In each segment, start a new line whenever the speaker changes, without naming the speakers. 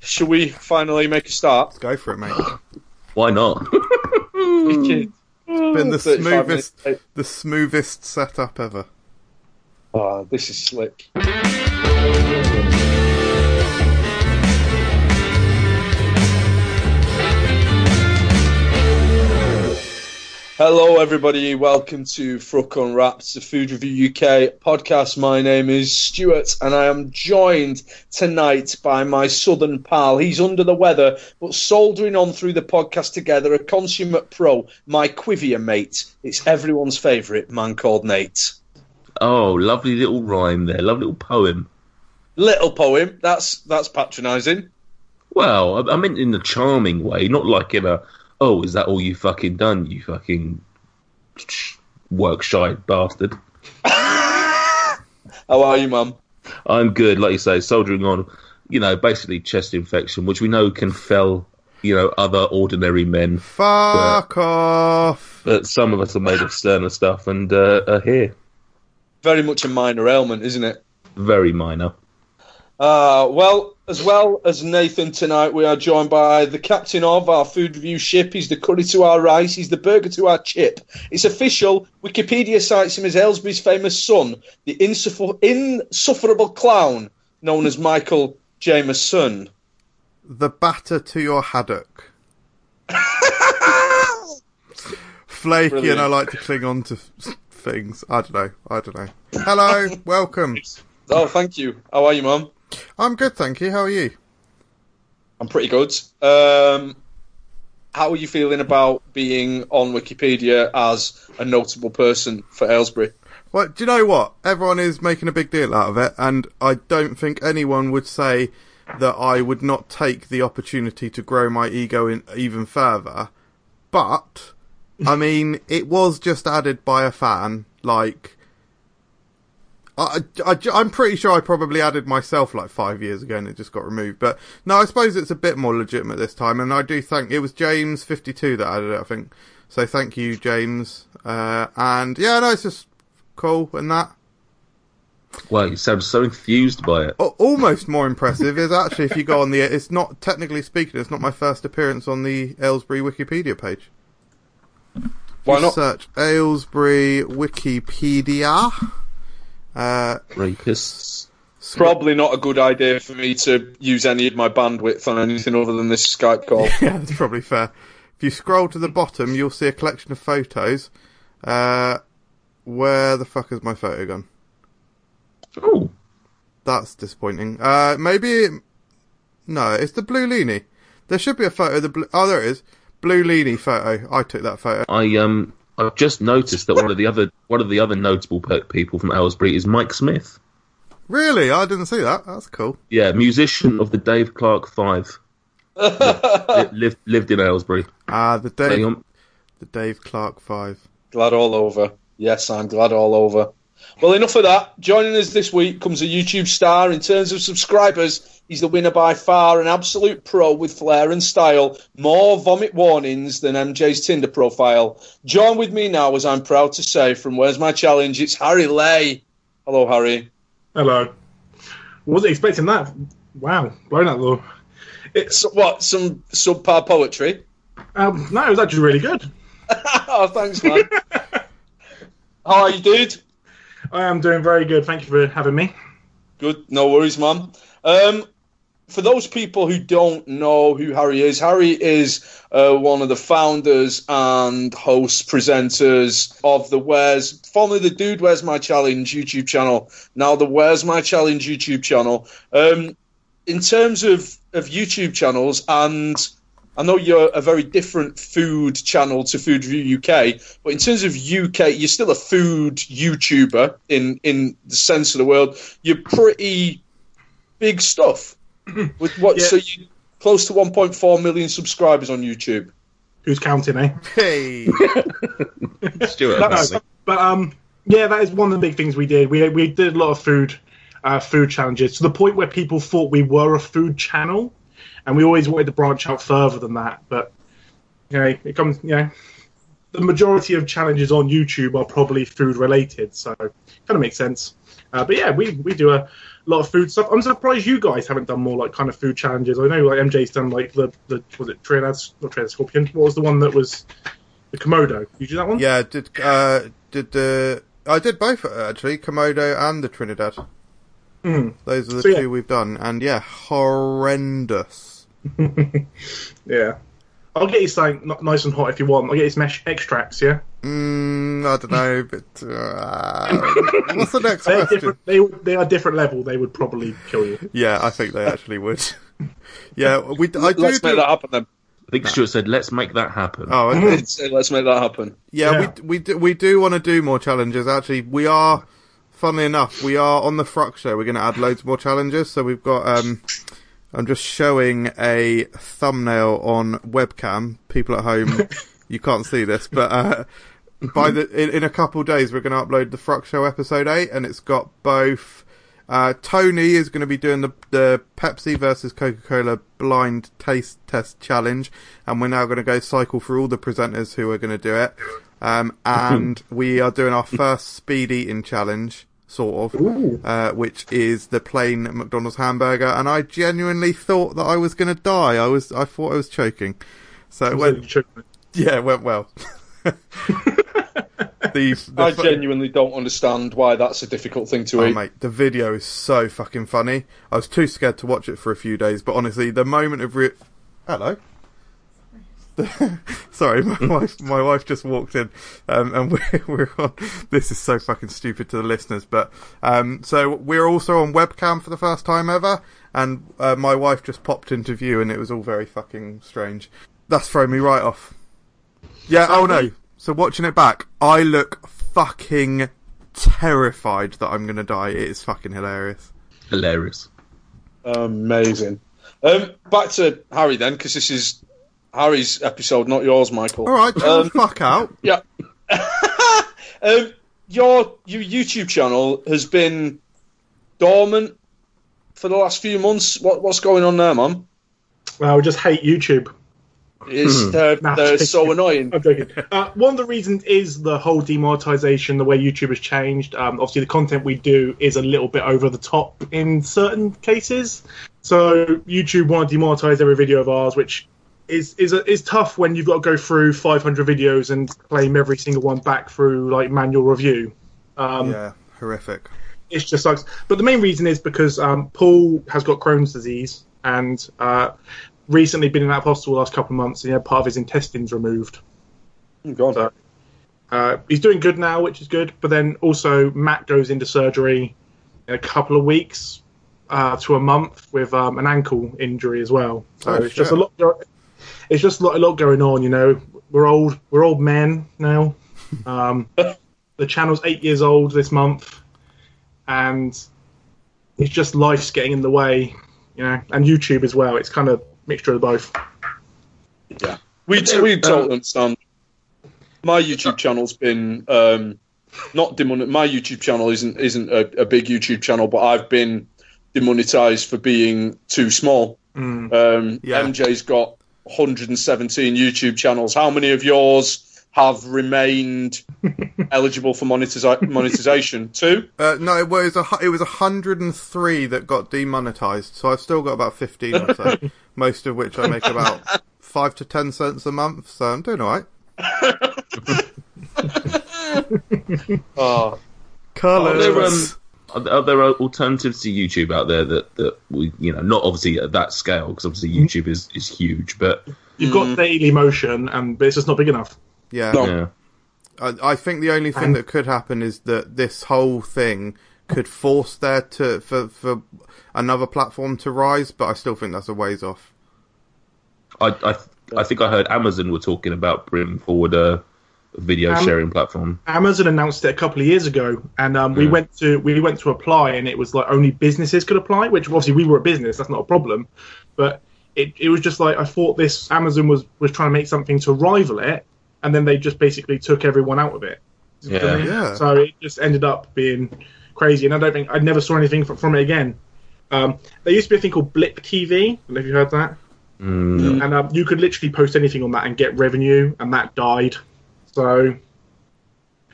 Shall we finally make a start?
Go for it, mate.
Why not?
It's
Been the smoothest, the smoothest setup ever.
Oh, this is slick. Hello, everybody. Welcome to Fruck Unwrapped, the Food Review UK podcast. My name is Stuart, and I am joined tonight by my southern pal. He's under the weather, but soldering on through the podcast together, a consummate pro, my Quivia mate. It's everyone's favourite man called Nate.
Oh, lovely little rhyme there. Lovely little poem.
Little poem. That's that's patronising.
Well, I, I meant in a charming way, not like in a, oh, is that all you fucking done, you fucking sh- work shy bastard.
How are you, mum?
I'm good, like you say, soldiering on, you know, basically chest infection, which we know can fell, you know, other ordinary men.
Fuck off.
But some of us are made of sterner stuff and uh, are here.
Very much a minor ailment, isn't it?
Very minor.
Uh, well, as well as Nathan tonight, we are joined by the captain of our food review ship. He's the curry to our rice. He's the burger to our chip. It's official. Wikipedia cites him as Aylesbury's famous son, the insuffer- insufferable clown known as Michael Jameson.
The batter to your haddock. Flaky,
Brilliant.
and I like to cling on to f- things. I don't know. I don't know. Hello, welcome.
Oh, thank you. How are you, mum?
I'm good, thank you. How are you?
I'm pretty good. Um, how are you feeling about being on Wikipedia as a notable person for Aylesbury?
Well, do you know what? Everyone is making a big deal out of it, and I don't think anyone would say that I would not take the opportunity to grow my ego in even further. But, I mean, it was just added by a fan. Like, I, am pretty sure I probably added myself like five years ago and it just got removed. But no, I suppose it's a bit more legitimate this time, and I do thank it was James52 that added it, I think. So thank you, James. Uh, and yeah, no, it's just cool and that.
Well, you sound so enthused by it.
Al- Almost more impressive is actually if you go on the. It's not technically speaking. It's not my first appearance on the Aylesbury Wikipedia page.
Why not?
Search Aylesbury Wikipedia. Uh,
Rapists.
Probably not a good idea for me to use any of my bandwidth on anything other than this Skype call.
yeah, that's probably fair. If you scroll to the bottom, you'll see a collection of photos. Uh, where the fuck is my photo gone?
Oh,
That's disappointing. Uh, maybe it, no, it's the blue leanie. There should be a photo. Of the blue, oh, there it is. Blue leanie photo. I took that photo.
I um I've just noticed that one of the other one of the other notable pe- people from Aylesbury is Mike Smith.
Really, I didn't see that. That's cool.
Yeah, musician of the Dave Clark Five. Li- lived lived in Aylesbury.
Ah, the
Hang
um?
Dave,
on.
the Dave Clark Five.
glad all over. Yes, I'm glad all over. Well, enough of that. Joining us this week comes a YouTube star. In terms of subscribers, he's the winner by far, an absolute pro with flair and style. More vomit warnings than MJ's Tinder profile. Join with me now, as I'm proud to say, from Where's My Challenge? It's Harry Lay. Hello, Harry.
Hello. Wasn't expecting that. Wow, blown out though.
So, what? Some subpar poetry?
Um, no, it was actually really good.
oh, thanks, man. How are you, dude?
I am doing very good. Thank you for having me.
Good, no worries, man. Um, for those people who don't know who Harry is, Harry is uh, one of the founders and host presenters of the Where's formerly the Dude Where's My Challenge YouTube channel, now the Where's My Challenge YouTube channel. Um, in terms of of YouTube channels, and I know you're a very different food channel to Food Review UK, but in terms of UK, you're still a food YouTuber in in the sense of the word. You're pretty big stuff with what
Yeah.
so you close to 1.4 million subscribers on YouTube.
Who's counting, eh?
Hey,
Stuart.
That's-
apparently.
but um, yeah, that is one of the big things we did. We we did a lot of food, uh, food challenges to the point where people thought we were a food channel, and we always wanted to branch out further than that. But you know, it comes you know, the majority of challenges on YouTube are probably food related, so kind of makes sense. Uh, but yeah, we we do a, lot of food stuff. I'm surprised you guys haven't done more like kind of food challenges. I know like MJ's done like the the was it Trinidad not Trinidad Scorpion? What was the one that was the Komodo? You do that one?
Yeah, did uh, did the I did both actually, Komodo and the Trinidad.
Mm.
Those are the
So, yeah.
two we've done, and yeah, horrendous.
yeah. I'll get you something n- nice and hot if you want. I'll get you some ex- extracts. Yeah,
Mm, I don't know, but uh, what's the next
they're
question?
different. They they are different level. They would probably kill you.
Yeah, I think they actually would. yeah, we. I do.
Let's make
do
that happen then.
I think Stuart said, "Let's make that happen."
oh, okay.
Let's, let's make that happen.
Yeah,
Yeah.
we we do, we do want to do more challenges. Actually, we are. Funnily enough, we are on the Fruck show. We're going to add loads more challenges. So we've got. Um, I'm just showing a thumbnail on webcam. People at home, you can't see this, but uh, by the in, in a couple days we're going to upload the Fruck show episode eight, and it's got both. Uh, Tony is going to be doing the the Pepsi versus Coca Cola blind taste test challenge, and we're now going to go cycle through all the presenters who are going to do it. Um, and we are doing our first speed eating challenge, sort of, uh, which is the plain McDonald's hamburger. And I genuinely thought that I was going to die. I was, I thought I was choking. So it went, yeah, it went well. the, the
I
fu-
genuinely don't understand why that's a difficult thing to
Oh,
eat.
mate, the video is so fucking funny. I was too scared to watch it for a few days, but honestly, the moment of re- hello. Sorry, my wife, my wife just walked in, um, and we're, we're on. This is so fucking stupid to the listeners, but um, so we're also on webcam for the first time ever, and uh, my wife just popped into view, and it was all very fucking strange. That's thrown me right off. Yeah. Oh no. So watching it back, I look fucking terrified that I'm gonna die. It is fucking hilarious.
Hilarious.
Amazing. Um, back to Harry then, because this is Harry's episode, not yours, Michael.
All right, chill the fuck out.
Yeah. um, your your YouTube channel has been dormant for the last few months. What what's going on there, man?
Well, I just hate YouTube.
It's they're,
Nah,
they're
thank
so
you.
annoying.
I'm joking. Uh, one of the reasons is the whole demonetization, the way YouTube has changed. Um, obviously, the content we do is a little bit over the top in certain cases. So YouTube want to demonetize every video of ours, which is is a, is tough when you've got to go through 500 videos and claim every single one back through like manual review. Um,
Yeah, horrific.
it just sucks. But the main reason is because um, Paul has got Crohn's disease and uh, recently been in that hospital the last couple of months and he had part of his intestines removed.
Oh, God.
So- Uh, he's doing good now, which is good. But then also Matt goes into surgery in a couple of weeks uh, to a month with um, an ankle injury as well. So
Oh,
it's just a
shit.
lot. Go- it's just a lot, a lot going on. You know, we're old. We're old men now. Um, the channel's eight years old this month, and it's just life's getting in the way. You know, and YouTube as well. It's kind of mixture of both.
Yeah, we t- we totally understand. My YouTube channel's been um, not demon. My YouTube channel isn't isn't a, a big YouTube channel, but I've been demonetized for being too small.
Mm.
Um,
Yeah.
MJ's got 117 YouTube channels. How many of yours have remained eligible for monetiza- monetization? Two.
Uh, no, it was a hu- it was 103 that got demonetized. So I've still got about 15 or so, most of which I make about five to ten cents a month. So I'm doing all right.
Oh,
Are
Colors.
there, um, are, there- are there alternatives to YouTube out there that, that we, you know, not obviously at that scale because obviously YouTube is, is huge, but
You've
Mm.
got Daily Motion, and but it's just not big enough.
yeah.
No.
yeah,
I, I think the only thing that could happen is that this whole thing could force there to for for another platform to rise, but I still think that's a ways off.
I, I, I think I heard Amazon were talking about bringing forward a video
Am-
sharing platform.
Amazon announced it a couple of years ago, and um, we went to we went to apply, and it was like only businesses could apply. Which obviously we were a business, that's not a problem, but it, it was just like I thought this Amazon was was trying to make something to rival it, and then they just basically took everyone out of it.
Yeah.
Yeah.
So it just ended up being crazy, and I don't think I never saw anything from, from it again. Um, there used to be a thing called Blip TV. I don't know if you heard that,
Mm,
and um, you could literally post anything on that and get revenue, and that died. So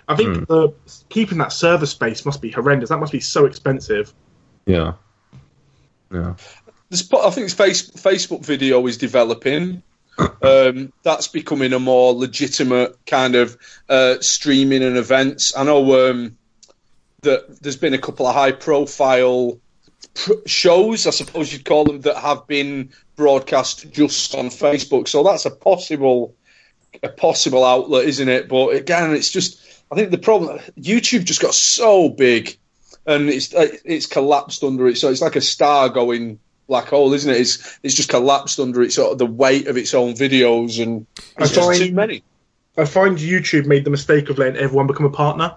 I think the, keeping that server space must be horrendous. That must be so expensive.
Yeah. Yeah.
This, po- I think this face, Facebook video is developing. Um, that's becoming a more legitimate kind of uh, streaming and events. I know um, that there's been a couple of high profile pr- shows, I suppose you'd call them, that have been broadcast just on Facebook. So that's a possible a possible outlet, isn't it? But again, it's just I think the problem YouTube just got so big and it's uh, it's collapsed under it. So it's like a star going black hole, isn't it? It's it's just collapsed under it, sort of the weight of its own videos, and it's
I
just
find-
too many.
I find YouTube made the mistake of letting everyone become a partner.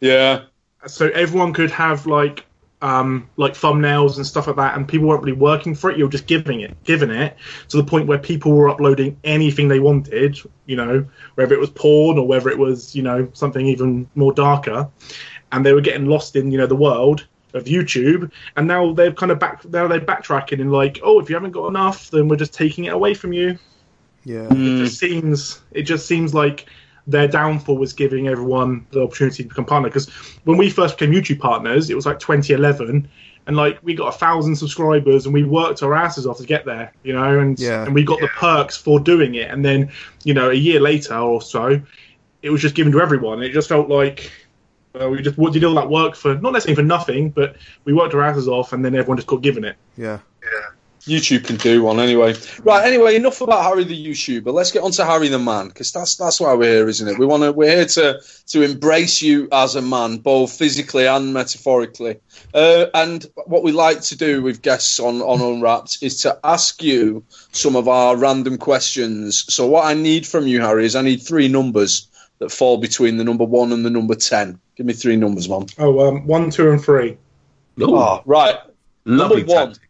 Yeah,
so everyone could have like um, like thumbnails and stuff like that, and people weren't really working for it. You're just giving it, giving it to the point where people were uploading anything they wanted, you know, whether it was porn or whether it was you know something even more darker, and they were getting lost in you know the world of YouTube. And now they're kind of back, now they're backtracking and like, oh, if you haven't got enough, then we're just taking it away from you.
Yeah.
It just seems it just seems like their downfall was giving everyone the opportunity to become partner because when we first became YouTube partners, it was like 2011, and like we got a thousand subscribers and we worked our asses off to get there, you know, and
Yeah.
and we got the perks for doing it, and then you know a year later or so, it was just given to everyone. and It just felt like. Uh, we just did all that work for not necessarily for nothing, but we worked our asses off, and then everyone just got given it.
Yeah.
YouTube can do one anyway. Right, anyway, enough about Harry the YouTuber. Let's get on to Harry the man because that's that's why we're here, isn't it? We want to we're here to to embrace you as a man, both physically and metaphorically. Uh, and what we like to do with guests on on Unwrapped is to ask you some of our random questions. So what I need from you, Harry, is I need three numbers that fall between the number one and the number ten. Give me three numbers, man.
Oh, um, one, two, and three.
Ooh,
Oh, right.
lovely
number one.
tactic.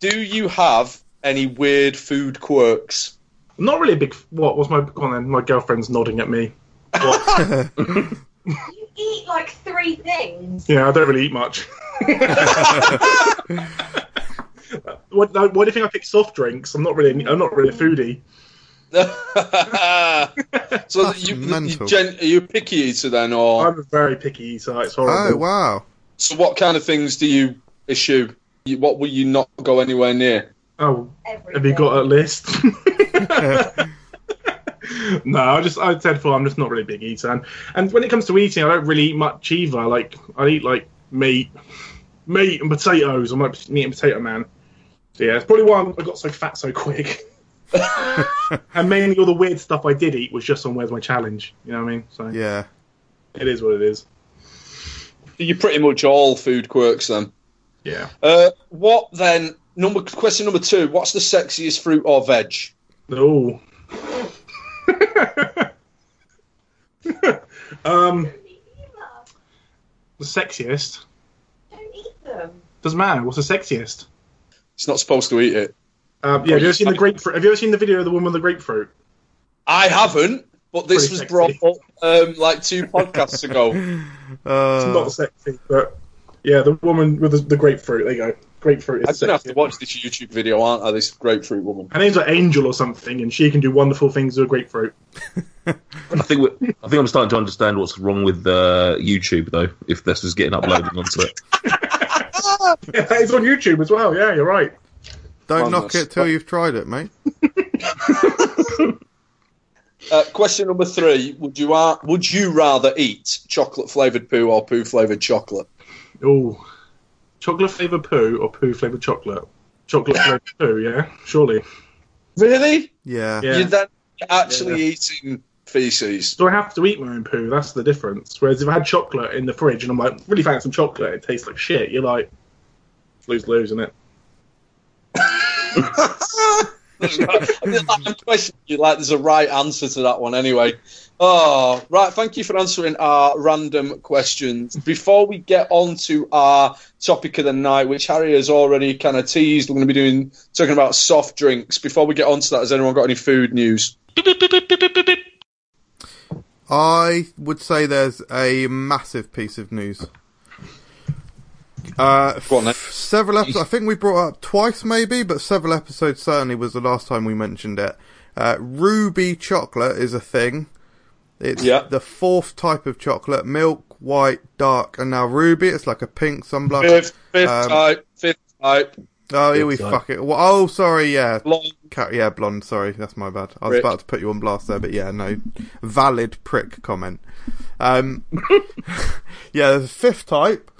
Do you have any weird food quirks?
I'm not really a big. What was my? Go on then. My girlfriend's nodding at me. What?
You eat like three things.
yeah, I don't really eat much. what, no, what do you think? I pick soft drinks. I'm not really. I'm not really a foodie.
so that you, you
mental.
gen- are you a picky eater then, or
I'm a very picky eater. It's
Oh
horrible.
wow.
so? What kind of things do you issue? You, what will you not go anywhere near?
Oh,
Everything.
have you got a list? no, I just. I said before, I'm just not really a big eater. And, and when it comes to eating, I don't really eat much either. Like I eat like meat, meat and potatoes. I'm like meat and potato man. So yeah, it's probably why I got so fat so quick. and mainly all the weird stuff I did eat was just on Where's My Challenge. You know what I mean? So
Yeah.
it is what it is.
You're pretty much all food quirks then.
Yeah.
Uh, what then? Number question number two. What's the sexiest fruit or veg?
Oh. um,
Don't eat them.
the sexiest
Don't eat them.
doesn't matter. What's the sexiest?
It's not supposed to eat it.
Um, yeah, have you ever seen the grapefruit? Have you ever seen the video of the woman with the grapefruit?
I haven't, but this was
Pretty
brought
sexy.
up um, like two podcasts ago.
It's
Uh,
not sexy, but yeah, the woman with the, the grapefruit. There you go. Grapefruit
I'm
is
gonna have
sexy.
to watch this YouTube video, aren't I? This grapefruit woman.
Her name's like Angel or something, and she can do wonderful things with a grapefruit.
I think we're, I think I'm starting to understand what's wrong with uh, YouTube though. If this is getting uploaded onto it,
Yeah, it's on YouTube as well. Yeah, you're right.
don't knock
Wonders.
it till you've tried it, mate.
Uh, question number three: Would you ar- would you rather eat chocolate flavored poo or poo flavored chocolate?
Oh, chocolate flavored poo or poo flavored chocolate? Chocolate flavored poo. Yeah, surely.
Really?
Yeah.
Yeah.
You're then actually eating feces.
So I have to eat my own poo. That's the difference. Whereas if I had chocolate in the fridge and I'm like, really fancy some chocolate, it tastes like shit. You're like, lose lose, isn't it?
I'm questioning you like there's a right answer to that one anyway. Oh, right. Thank you for answering our random questions. Before we get on to our topic of the night, which Harry has already kind of teased, we're going to be doing talking about soft drinks. Before we get on to that, has anyone got any food news?
I would say there's a massive piece of news. Uh,
Go on, then.
f- several episodes. I think we brought it up twice, maybe, but several episodes certainly was the last time we mentioned it. Uh, ruby chocolate is a thing. It's
Yeah.
the fourth type of chocolate: milk, white, dark, and now ruby. It's like a pink sunblock.
Fifth, fifth
Um,
type, fifth type,
Oh, here we
Good
fuck it. Well, oh, sorry, yeah.
long
Cat, yeah, blonde. Sorry, that's my bad. I was
Prick.
about to put you on blast there, but yeah, no. Valid prick comment. Um, yeah, the fifth type.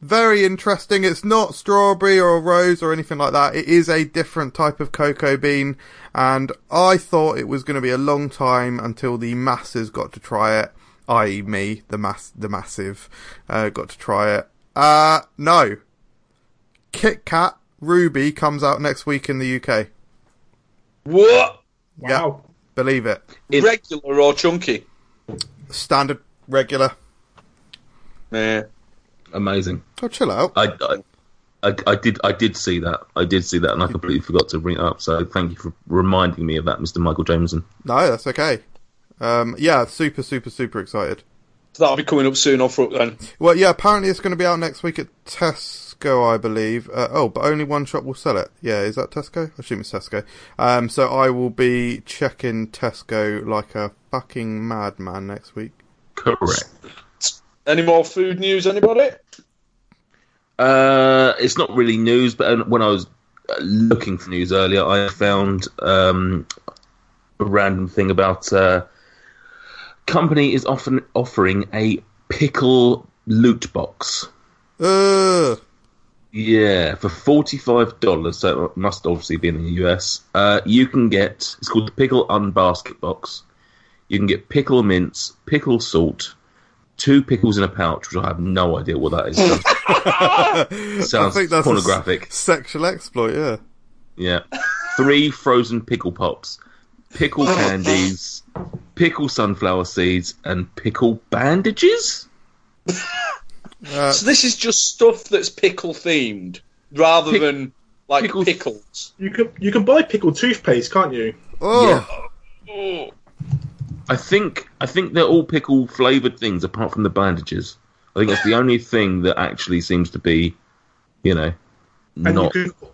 Very interesting. It's not strawberry or rose or anything like that. It is a different type of cocoa bean, and I thought it was going to be a long time until the masses got to try it, i.e., me, the mass, the massive, uh, got to try it. Uh, no. Kit Kat Ruby comes out next week in the UK.
What?
Wow.
Believe it.
Is-
Regular or chunky?
Standard, regular.
Yeah.
Amazing.
Oh, chill out.
I, I- I, I did I did see that. I did see that, and I completely forgot to bring it up. So thank you for reminding me of that, Mr. Michael Jameson.
No, that's okay. Um, yeah, super, super, super excited.
So that'll be coming up soon off front then.
Well, yeah, apparently it's going to be out next week at Tesco, I believe. Uh, oh, but only one shop will sell it. Yeah, is that Tesco? I assume it's Tesco. Um, so I will be checking Tesco like a fucking madman next week.
Correct.
Any more food news, anybody?
Uh, it's not really news, but when I was uh, looking for news earlier, I found um, a random thing about uh, company is often offering a pickle loot box.
Ugh.
Yeah, for forty five dollars, so it must obviously be in the US. Uh, you can get it's called the pickle unbasket box. You can get pickle mints, pickle salt, two pickles in a pouch, which I have no idea what that is. Sounds
a s-
pornographic.
sexual exploit, yeah.
Yeah. Three frozen pickle pops, pickle candies, pickle sunflower seeds, and pickle bandages?
Uh,
So this is just stuff that's pickle themed rather
Pick-
than like
pickles.
pickles.
You can you can buy pickled toothpaste, can't you?
oh,
Yeah. I think I think they're all pickle flavored things apart from the bandages. I think that's the only thing that actually seems to be, you know,
And
not
you can, you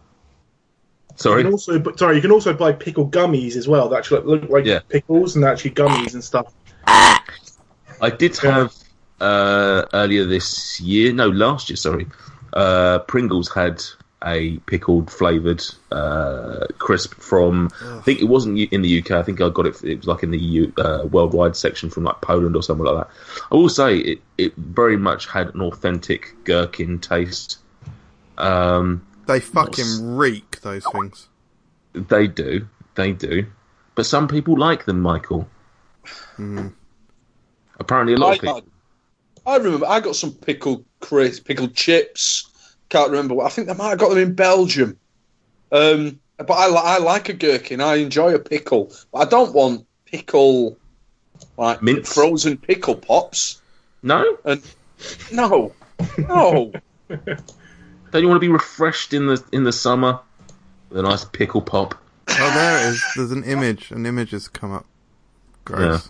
sorry.
can also but sorry, you can also buy pickle gummies as well. That actually look like
Yeah.
pickles and actually gummies and stuff.
I did have uh, earlier this year, no, last year, sorry. Uh, Pringles had a pickled flavored uh, crisp from.
oh.
I think it wasn't u- in the UK. I think I got it. It was like in the U, uh, worldwide section from like Poland or somewhere like that. I will say it. It very much had an authentic gherkin taste. Um,
they fucking reek, those things.
they do, they do, but some people like them, Michael.
Hmm.
Apparently, a lot
I,
of people.
I remember I got some pickle crisp, pickled chips. Can't remember. what I think I might have got them in Belgium. Um, but I, li- I like a gherkin. I enjoy a pickle. But I don't want pickle like
Mince?
frozen pickle pops.
No,
And no, no.
Don't you want to be refreshed in the in the summer with a nice pickle pop?
Oh, there it is. There's an image. An image has come up. Gross.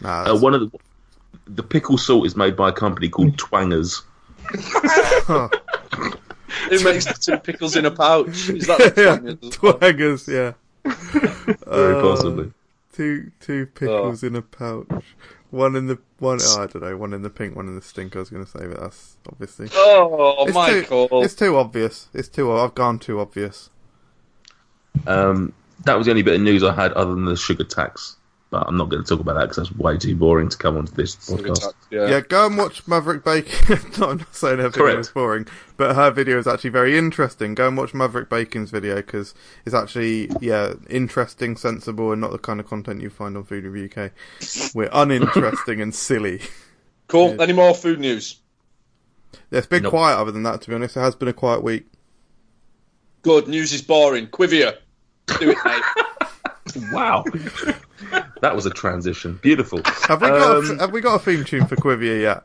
Nah,
Uh,
that's-
one of the the pickle salt is made by a company called Twangers.
Huh.
Who makes the two pickles in a pouch? Is that
yeah,
the yeah.
twaggers, yeah.
Very
Uh,
possibly.
Two two pickles in a pouch. One in the one. oh, I don't know. One in the pink, one in the stink. I was going to say, but that's obviously.
Oh, Michael.
Too, it's too obvious. It's too. I've gone too obvious.
Um, that was the only bit of news I had other than the sugar tax. But I'm not going to talk about that because that's way too boring to come onto this podcast.
yeah.
Yeah, go and watch Maverick Bacon. no, I'm not saying her video
Correct.
is boring, but her video is actually very interesting. Go and watch Maverick Bacon's video because it's actually yeah interesting, sensible, and not the kind of content you find on Food Review UK. We're uninteresting and silly.
Cool. Any more food news?
It's been
Nope.
quiet other than that. To be honest, it has been a quiet week.
Good. News is boring. Quivia. Do it, mate.
Wow, that was a transition. Beautiful.
Have we got a, have we got a theme tune for Quivia yet?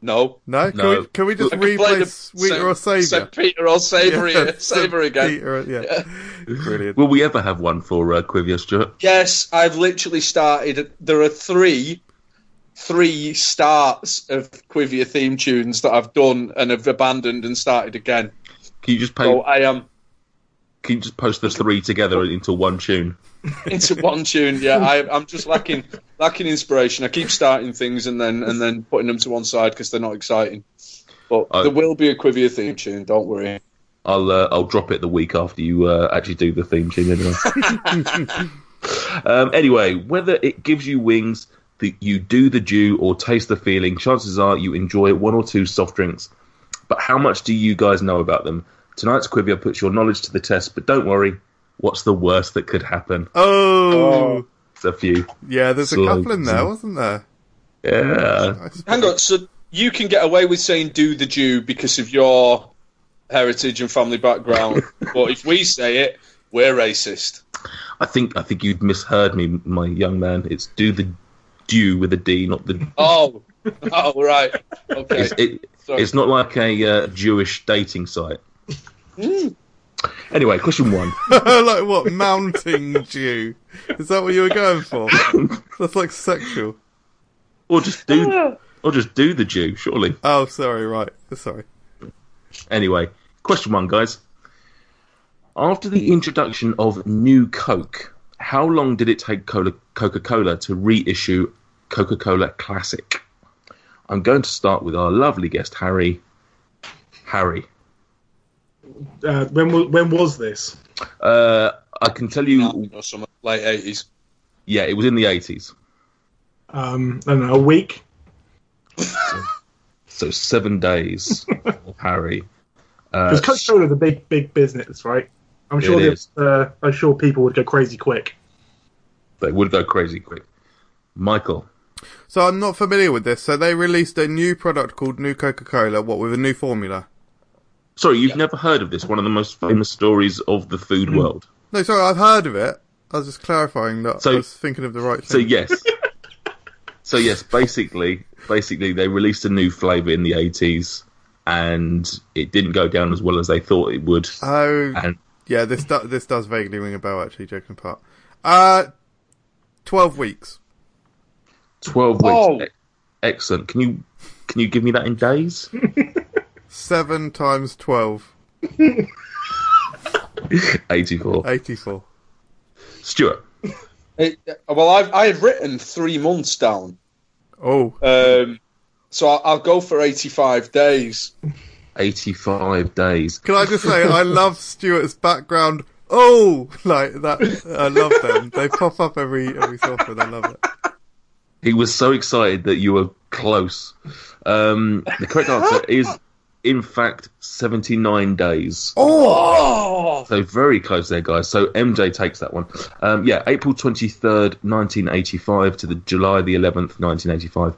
No.
No, can,
No.
We, can we just
I can play the-
replay Sweeter or
Saint-
Saviour?
Saint Peter or Savour
Yeah,
yeah, Savour again.
Peter, yeah. brilliant.
Will we ever have one for uh, Quivia Stewart?
Yes, I've literally started. There are three, three starts of Quivia theme tunes that I've done and have abandoned and started again.
Can you just pay?
So I am
Can you just post the three together into one tune?
into one tune. Yeah, I, I'm just lacking lacking inspiration. I keep starting things and then and then putting them to one side because they're not exciting. But
Oh.
there will be a Quivia theme tune. Don't worry.
I'll uh, I'll drop it the week after you uh, actually do the theme tune anyway. um, anyway, whether it gives you wings, that you do the dew or taste the feeling, chances are you enjoy one or two soft drinks. But how much do you guys know about them? Tonight's Quivia puts your knowledge to the test, but don't worry. What's the worst that could happen?
Oh,
It's a few.
yeah. There's a
Slow
couple in there,
down.
wasn't there?
Yeah.
Hang on. So you can get away with saying "do the Jew" because of your heritage and family background, but if we say it, we're racist.
I think I think you'd misheard me, my young man. It's do the dew with a D, not the
Oh, oh, right. Okay.
It's, it,
Sorry.
it's not like a uh, Jewish dating site. Anyway, question one.
like what? Mounting Jew? Is that what you were going for? That's like sexual.
Or just do, or just do the Jew, surely.
Oh, sorry. Right. Sorry.
Anyway, question one, guys. After the introduction of New Coke, how long did it take Cola, Coca-Cola to reissue Coca-Cola Classic? I'm going to start with our lovely guest, Harry. Harry,
Uh, when wa- when was this?
uh, I can tell you,
Or some late eighties.
yeah, it was in the 80s,
Um, I don't know, a week.
so seven days, Harry. uh,
Because Coca Cola the big big business, right? I'm
It
sure they-
is.
uh, I'm sure people would go crazy quick.
They would go crazy quick. Michael.
So I'm not familiar with this. So they released a new product called New Coca-Cola. What with a new formula?
Sorry, you've never heard of this, one of the most famous stories of the food world.
No, sorry. I've heard of it. I was just clarifying that I
So-
was thinking of the right thing.
So yes. so yes, basically basically they released a new flavour in the eighties and it didn't go down as well as they thought it would.
Oh,
And
yeah. This do- this does vaguely ring a bell. Actually, joking apart. Uh, twelve weeks.
twelve weeks.
Oh.
E- Excellent. Can you can you give me that in days?
Seven times twelve.
Eighty four.
Eighty-four.
Stuart.
It, well, I've I had written three months down.
Oh,
Um, so I'll, I'll go for 85 days.
Eighty five days.
Can I just say, I love Stuart's background. Oh, like that. I love them. They pop up every every so often. I love it.
He was so excited that you were close. Um, the correct answer is in fact seventy nine days.
Oh!
So very close there, guys. So MJ takes that one. Um, yeah, April twenty third, nineteen eighty five, to the July the eleventh, nineteen eighty five.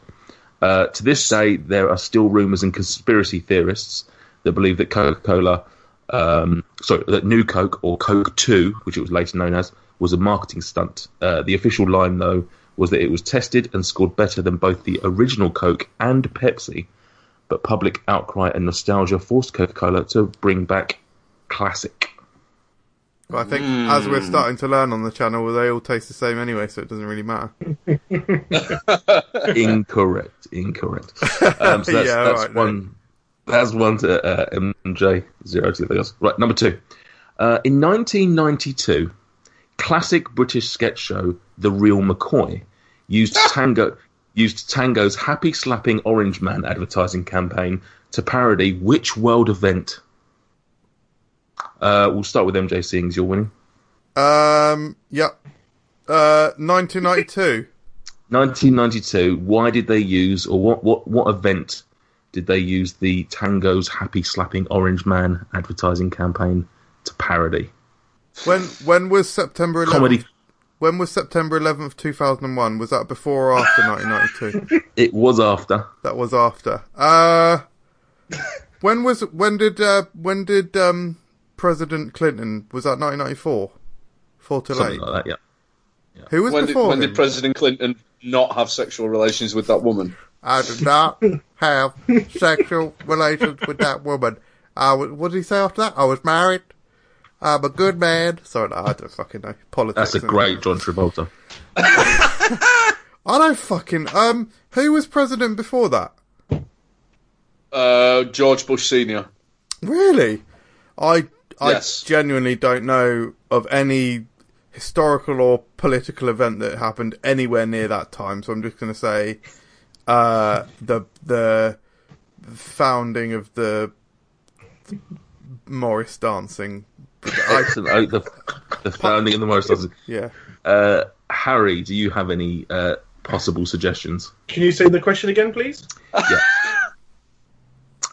Uh, to this day, there are still rumours and conspiracy theorists that believe that Coca Cola, um, sorry, that New Coke or Coke Two, which it was later known as, was a marketing stunt. Uh, the official line, though, was that it was tested and scored better than both the original Coke and Pepsi. But public outcry and nostalgia forced Coca Cola to bring back classic.
But I think as we're starting to learn on the channel, they all taste the same anyway, so it doesn't really matter.
incorrect. Incorrect. Um, so that's,
Yeah,
that's
right,
one. That's one to uh, MJ zero to the others. Right, number two. Uh, in 1992, classic British sketch show The Real McCoy used
Ah!
Tango used Tango's happy slapping orange man advertising campaign to parody which world event? Uh, we'll start with MJ seeing as you're winning.
Um, yep. Uh, 1992.
1992. Why did they use, or what, what, what event did they use the Tango's Happy Slapping Orange Man advertising campaign to parody?
When when was September 11th?
Comedy.
When was September 11th, 2001? Was that before or after 1992?
It was after.
that was after. Uh, when was when did uh, when did um President Clinton? Was that 1994? Four to
Something
eight.
like that, yeah.
Who was
When did,
before
when
him?
did President Clinton not have sexual relations with that woman?
I did not have sexual relations with that woman. I was, what did he say after that? I was married. I'm a good man. Sorry, no, I don't fucking know. Politics.
That's a
innit?
great John Travolta.
I don't fucking, um, who was president before that?
Uh, George Bush Sr.
Really? I,
Yes.
I genuinely don't know of any historical or political event that happened anywhere near that time. So I'm just going to say uh, the the founding of the Morris dancing.
Excellent. Oh, the, the founding of the most.
Yeah.
Uh, Harry, do you have any uh, possible suggestions?
Can you say the question again, please?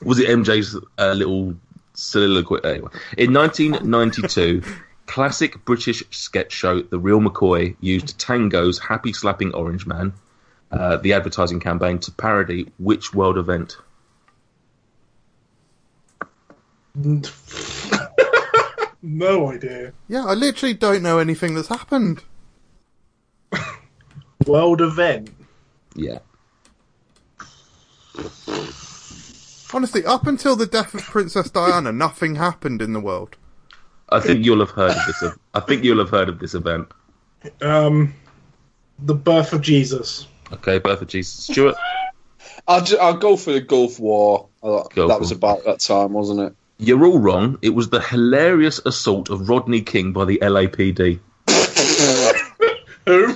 was it MJ's uh, little soliloquy? Anyway, in 1992, classic British sketch show The Real McCoy used Tango's Happy Slapping Orange Man, uh, the advertising campaign, to parody which world event?
no idea.
Yeah, I literally don't know anything that's happened.
World event.
Yeah.
Honestly, up until the death of Princess Diana, nothing happened in the world.
I think you'll have heard of this. ev- I think you'll have heard of this event.
Um, the birth of Jesus.
Okay, birth of Jesus. Stuart.
I'll, ju- I'll go for the Gulf War. Uh,
Go
that
for
was
it.
about that time, wasn't it?
You're all wrong. It was the hilarious assault of Rodney King by the LAPD.
Who?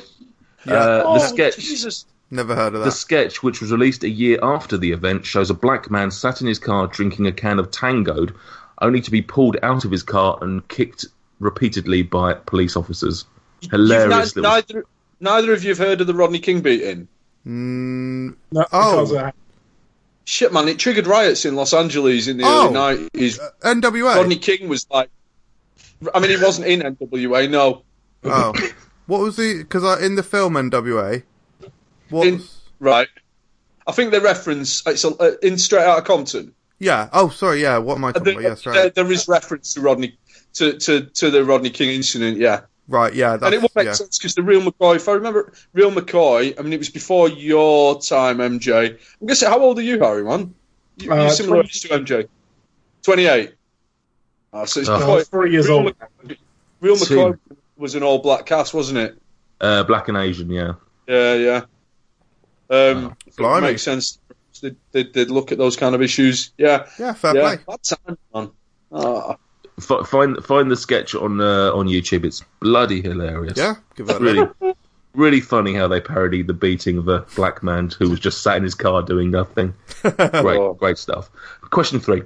Uh,
oh,
the sketch.
Jesus.
Never heard of
The
that.
sketch, which was released a year after the event, shows a black man sat in his car drinking a can of Tangoed, only to be pulled out of his car and kicked repeatedly by police officers. Hilarious
You've ni-
little.
neither, neither of you have heard of the Rodney King beating.
Mm,
No,
Oh.
because, uh,
Shit, man, it triggered riots in Los Angeles in the
Oh.
early 90s.
NWA.
Rodney King was like. I mean, he wasn't in NWA, no.
Oh, what was the? Because in the film NWA, what?
In-
was-
Right. I think they reference. It's a, uh, in Straight Out of Compton.
yeah. Oh, sorry. Yeah. What am I
I
talking
think
about? Yes,
there,
right.
Uh, there is reference to Rodney. To, to, to the Rodney King incident, yeah.
Right. Yeah.
and it
That's,
would make
yeah.
sense because the real McCoy, if I remember, real McCoy, I mean, it was before your time, MJ. I'm guessing, how old are you, Harry, man? You,
Uh,
you're similar
20.
age to MJ. 28. Ah, so it's
Oh.
I
quite,
was three years
Real
old.
real
Two.
McCoy was an all black cast, wasn't it?
Uh, black and Asian, yeah.
Yeah, yeah. Um,
Ah, Blimey.
it makes sense. They'd, they'd, they'd look at those kind of issues. Yeah,
Yeah. Fair
yeah.
play.
That time, man. Ah,
F- find find the sketch on uh, on YouTube. It's bloody hilarious.
Yeah. Give that. a
Really,
look.
really funny how they parody the beating of a black man who was just sat in his car doing nothing.
Oh.
great, great stuff. Question three.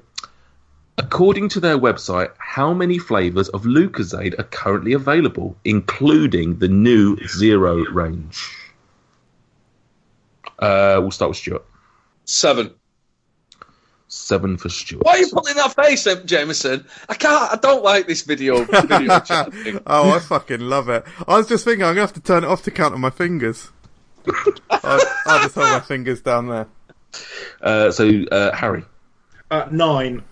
According to their website, how many flavors of Lucozade are currently available, including the new zero range? Uh, we'll start with Stuart.
seven.
Seven for Stuart.
Why are you pulling that face, em- Jameson? I can't. I don't like this video. video chat thing.
oh, I fucking love it. I was just thinking I'm gonna have to turn it off to count on my fingers. I'll, I'll just hold my fingers down there.
Uh, so uh, Harry,
Uh, nine.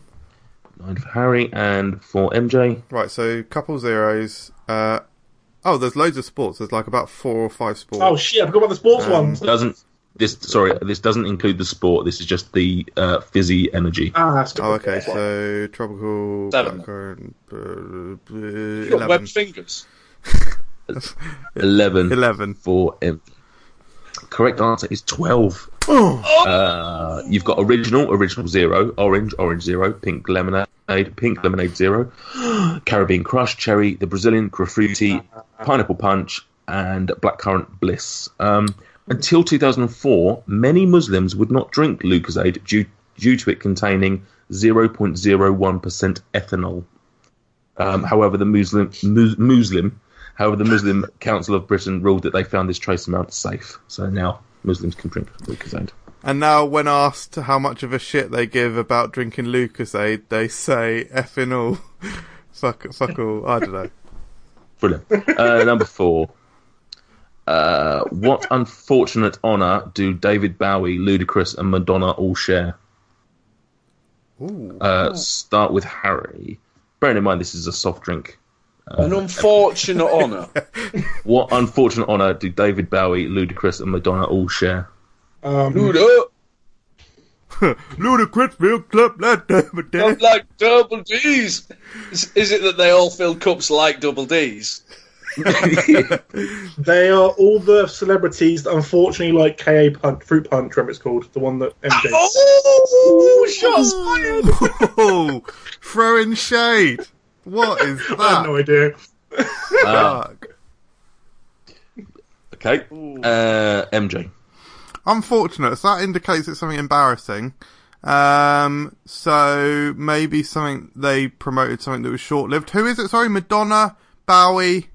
nine for Harry, and for MJ,
Right. So couple zeros. Uh, oh, there's loads of sports. There's like about four or five sports.
Oh shit! I forgot about the sports
Um,
ones.
doesn't this? Sorry, this doesn't include the sport. This is just the uh, fizzy energy.
Ah, that's good.
Oh, okay. So tropical.
Seven.
blackcurrant, uh, uh,
You've got
Eleven.
webbed fingers.
Eleven,
Eleven.
for MJ. Correct answer is twelve.
Oh.
Uh, you've got original, original zero, orange, orange zero, pink lemonade, pink lemonade zero, Caribbean crush, cherry, the Brazilian graffiti, pineapple punch, and blackcurrant bliss. Um, until 2004, many Muslims would not drink Lucozade due, due to it containing 0.01% ethanol. Um, however, the Muslim, Mu- Muslim, however, the Muslim Council of Britain ruled that they found this trace amount safe. So now Muslims can drink Lucozade.
And now, when asked how much of a shit they give about drinking Lucasade, they say effing all. fuck, fuck all. I don't know.
Brilliant. Uh, number four. Uh, what unfortunate honour do David Bowie, Ludacris, and Madonna all share?
Ooh.
Uh, start with Harry. Bearing in mind this is a soft drink.
An unfortunate honour.
What unfortunate honour do David Bowie, Ludacris, and Madonna all share?
Um,
Dude, oh,
Ludacris Field Club, lad, David
I'm like double D's. Is, is it that they all fill cups like double D's?
they are all the celebrities that unfortunately like KA Punch, Fruit Punch, whatever it's called, the one that MJ.
Oh, shots fired!
Ooh, throwing shade. What is that?
I have no idea.
Uh,
Fuck.
Okay. Uh, MJ.
Unfortunate. So that indicates it's something embarrassing. Um, so maybe something they promoted something that was short lived. Who is it? Sorry, Madonna, Bowie,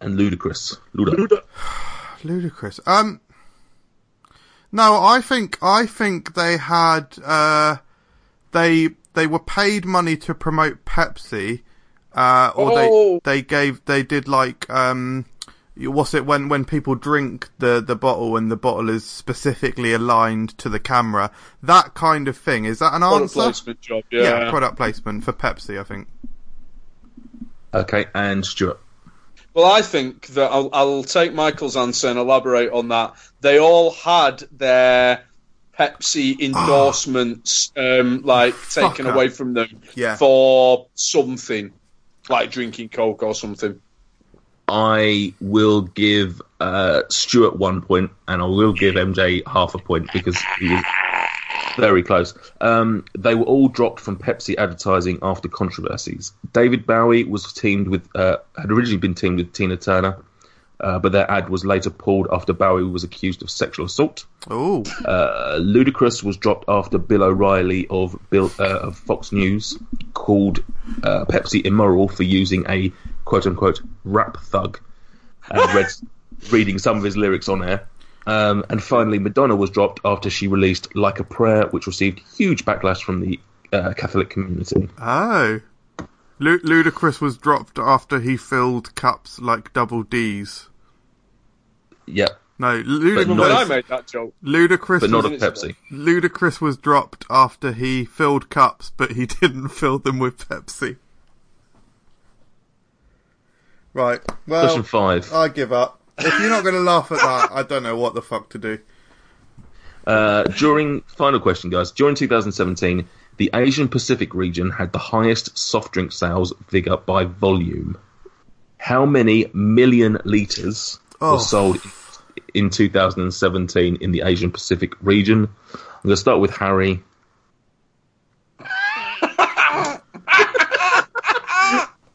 And Ludacris. Luda.
Luda-
Ludacris. Um, no, I think I think they had uh, they they were paid money to promote Pepsi, uh, or
Oh.
they they gave they did like um, you- what's it when when people drink the the bottle and the bottle is specifically aligned to the camera. That kind of thing. Is that an
Product
answer?
placement job, yeah.
Yeah, product placement for Pepsi. I think.
Okay. And Stuart.
Well, I think that I'll, I'll take Michael's answer and elaborate on that. They all had their Pepsi endorsements, um, like taken
Ah. Fucker.
away from them
Yeah.
for something, like drinking Coke or something.
I will give uh, Stuart one point, and I will give MJ half a point because he was very close. Um, they were all dropped from Pepsi advertising after controversies. David Bowie was teamed with uh, had originally been teamed with Tina Turner, uh, but their ad was later pulled after Bowie was accused of sexual assault.
Oh,
Uh, Ludacris was dropped after Bill O'Reilly of Bill uh, of Fox News called uh, Pepsi immoral for using a quote unquote rap thug and read, reading some of his lyrics on air. Um, and finally, Madonna was dropped after she released "Like a Prayer," which received huge backlash from the uh, Catholic community.
oh. Lu- Ludacris was dropped after he filled cups like double D's.
Yeah,
No,
But
But
I
Ludacris.
made that joke.
Ludacris,
but not
was,
of Pepsi.
Ludacris was dropped after he filled cups, but he didn't fill them with Pepsi. Right. Well,
Question five.
I give up. If you're not going to laugh at that, I don't know what the fuck to do.
Uh, during final question, guys. During 2017, the Asian Pacific region had the highest soft drink sales figure by volume. How many million liters
Oh.
were sold in 2017 in the Asian Pacific region? I'm going to start with Harry.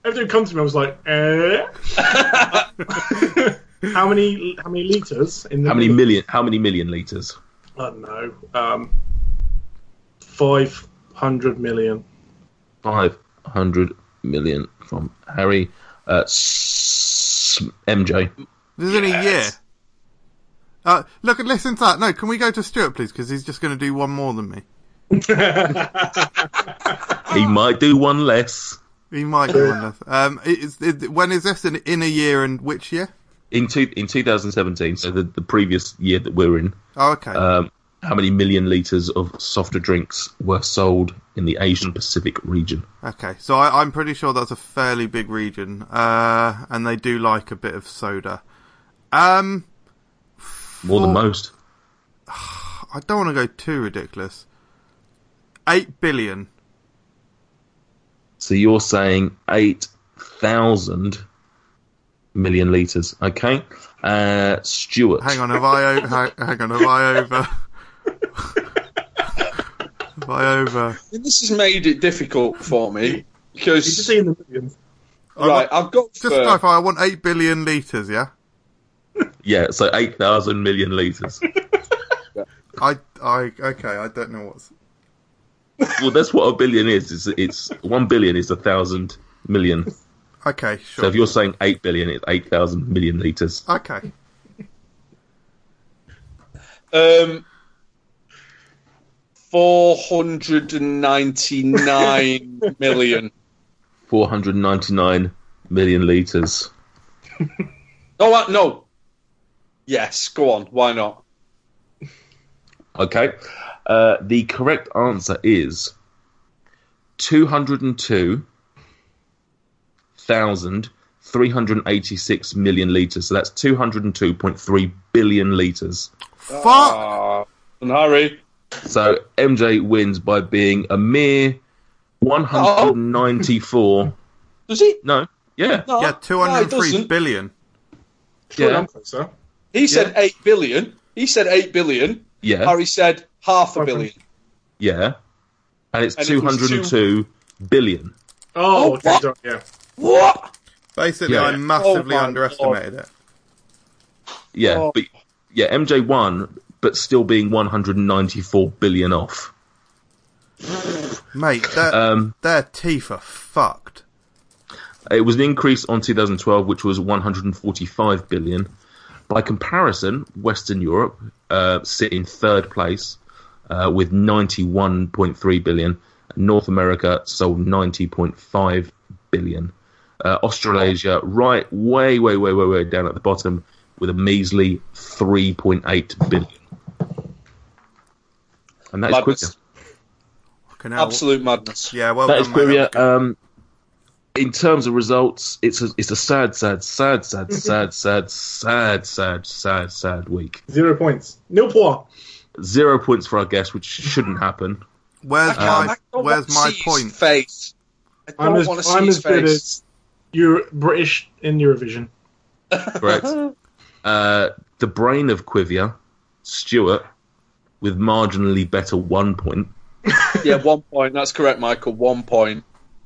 Every time it comes to me, I was like, eh? how many how many liters in the
How many million? How many million liters?
I don't know. Um, five hundred million.
Five hundred million from Harry. Uh, s- MJ.
This is in a year. Uh, look, listen to that. No, can we go to Stuart, please? Because he's just going to do one more than me.
He might do one less.
He might
Uh,
do one less. Um, is, is, when is this? In, in a year and which year?
in two, in 2017, so the, the previous year that we're in,
Oh, okay.
um, how many million liters of softer drinks were sold in the Asian Pacific region?
Okay, so I, I'm pretty sure that's a fairly big region, uh, and they do like a bit of soda. Um,
More than
Four-
most.
I don't want to go too ridiculous. Eight billion.
So you're saying eight thousand million liters? Okay, uh, Stuart.
Hang on, have I o- ha- hang on, have I over? have I over?
This has made it difficult for me
You just
because
see in the millions.
right, I've got
Just
for-
clarify. I want eight billion liters. Yeah,
Yeah, so eight thousand million liters.
I, I, okay. I don't know what's.
well, that's what a billion is. It's, it's one billion is a thousand million.
Okay,
So
sure.
if you're saying eight billion, it's eight thousand million liters.
okay,
Um, 499 million.
Four hundred ninety-nine million liters.
No, uh, no. Yes, go on. Why not?
Okay. Uh, the correct answer is 202,386 million litres. So that's 202.3 billion litres.
fuck.
Ah, and Harry.
So MJ wins by being a mere 194.
Oh. Does he?
No. Yeah.
No,
Yeah,
no, he
two hundred three
doesn't.
billion.
Sure,
Yeah.
I'm closer.
He said 8 billion. He said 8 billion.
Yeah.
Harry said half a
Five
billion.
Yeah. And it's
And it was
202 billion.
Oh,
Oh,
okay,
what?
sorry, yeah.
What?
Basically,
Yeah.
I massively
Oh my
underestimated it.
Yeah,
Oh.
but yeah, MJ won, but still being 194 billion off.
Mate, their,
Um,
their teeth are fucked.
It was an increase on 2012, which was 145 billion. By comparison, Western Europe uh, sit in third place uh, with 91.3 billion. North America sold 90.5 billion. Uh, Australasia, right, way, way, way, way, way down at the bottom with a measly 3.8 billion. And that is
Madness.
quicker.
Fucking hell.
Absolute madness.
Yeah, well
That is
done, mate.
Korea.
That was
Um, in terms of results, it's a it's a sad, sad, sad, sad, sad, sad, sad, sad, sad, sad week.
Zero points. Nil point.
Zero points for our guest, which shouldn't happen.
good. Where's
I
my
don't
Where's
want to
my
see his
point?
Face. I
I'm
don't
as-
want to
I'm
see his
as good
face.
as- You're British in Eurovision.
Correct. uh, the brain of Quivia, Stuart, with marginally better one point,
yeah, one point. That's correct, Michael. One point.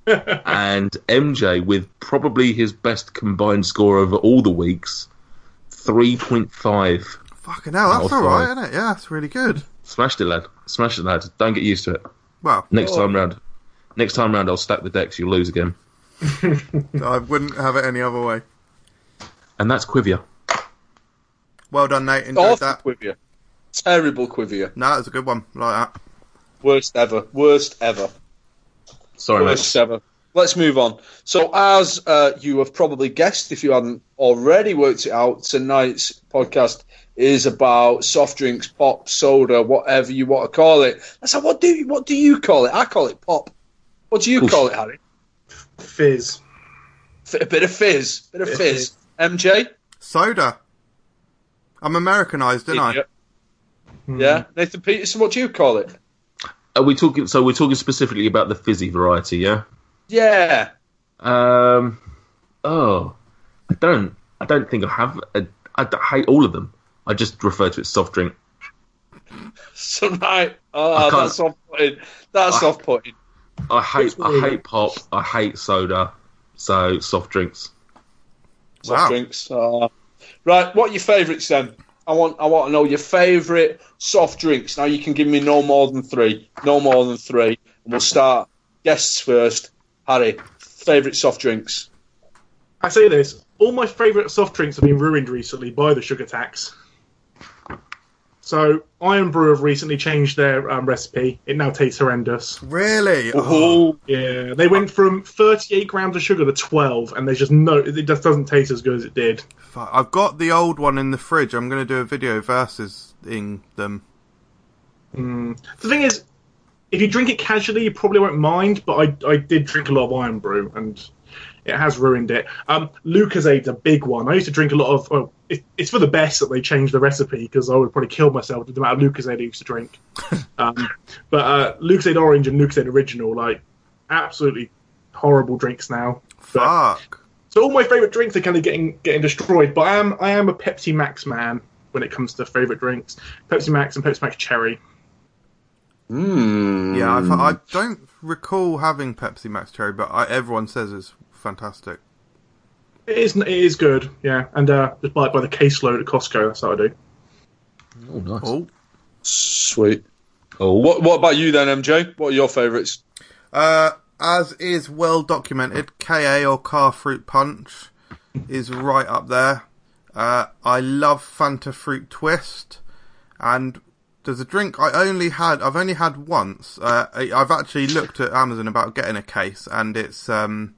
and MJ with probably his best combined score over all the weeks, three point five.
Fucking hell, that's
Oh,
all
sorry.
right, isn't it? Yeah, that's really good.
Smashed it, lad. Smashed it, lad. Don't get used to it.
Well,
Next time round. Next time round, I'll stack the decks. You'll lose again.
I wouldn't have it any other way.
And that's Quivia.
Well done, Nate. Enjoyed
Awful
that.
Quivia. Terrible Quivia.
No, that was a good one. Like that.
Worst ever. Worst ever.
Sorry,
Worst
mate.
ever. Let's move on. So, as uh, you have probably guessed, if you hadn't already worked it out, tonight's podcast is about soft drinks, pop, soda, whatever you want to call it. I said, what do you, what do you call it? I call it pop. What do you
Oof.
call it, Harry?
Fizz.
F- a bit of fizz. Bit of
Bit of
fizz. MJ.
Soda. I'm Americanized, didn't I? Mm.
Idiot.
Hmm.
Yeah, Nathan Peterson. What do you call it?
Are we talking? So we're talking specifically about the fizzy variety, yeah?
Yeah,
Um. Oh, I don't. I don't think I have. A, I d- hate all of them. I just refer to it soft drink.
So right,
I
oh,
can't-
that's off putting. That's
Ah.
I-
off putting.
I hate.
It's
I
weird.
hate pop. I hate soda. So soft drinks.
Wow.
Soft drinks. Uh, right, what are your favourites then? I want. I want to know your favourite soft drinks. Now you can give me no more than three. No more than three. And we'll start guests first. Harry, favourite soft drinks.
I say this. All my favourite soft drinks have been ruined recently by the sugar tax. So Iron Brew have recently changed their um, recipe. It now tastes horrendous.
Really?
Uh-huh.
Oh,
Oh,
Yeah, they went from 38 grams of sugar to 12, and there's just no. It just doesn't taste as good as it did.
fuck. I've got the old one in the fridge. I'm going to do a video versus in them.
Mm, The thing is, if you drink it casually, you probably won't mind. But I, I did drink a lot of Iron Brew, and it has ruined it. Um, Lucasaide's a big one. I used to drink a lot of. Well, it, it's for the best that they changed the recipe because I would probably kill myself with the amount of Lucasaid I used to drink. um, but uh, Lucasaid Orange and Lucasaid Original, like, absolutely horrible drinks now. But-
Fuck.
so all my favourite drinks are kind of getting getting destroyed. But I am I am a Pepsi Max man when it comes to favourite drinks. Pepsi Max and Pepsi Max Cherry.
mm.
Yeah, I've, I don't recall having Pepsi Max Cherry, but I, everyone says it's fantastic.
It is it is good, yeah. And uh, just buy it by the caseload at Costco. That's what I do.
Oh, nice.
Oh.
sweet.
Oh, what?
What What about you then, MJ? What are your favourites?
Uh, as is well documented, KA or Car Fruit Punch is right up there. Uh, I love Fanta Fruit Twist, and there's a drink I only had. I've only had once. Uh, I- I've actually looked at Amazon about getting a case, and it's um,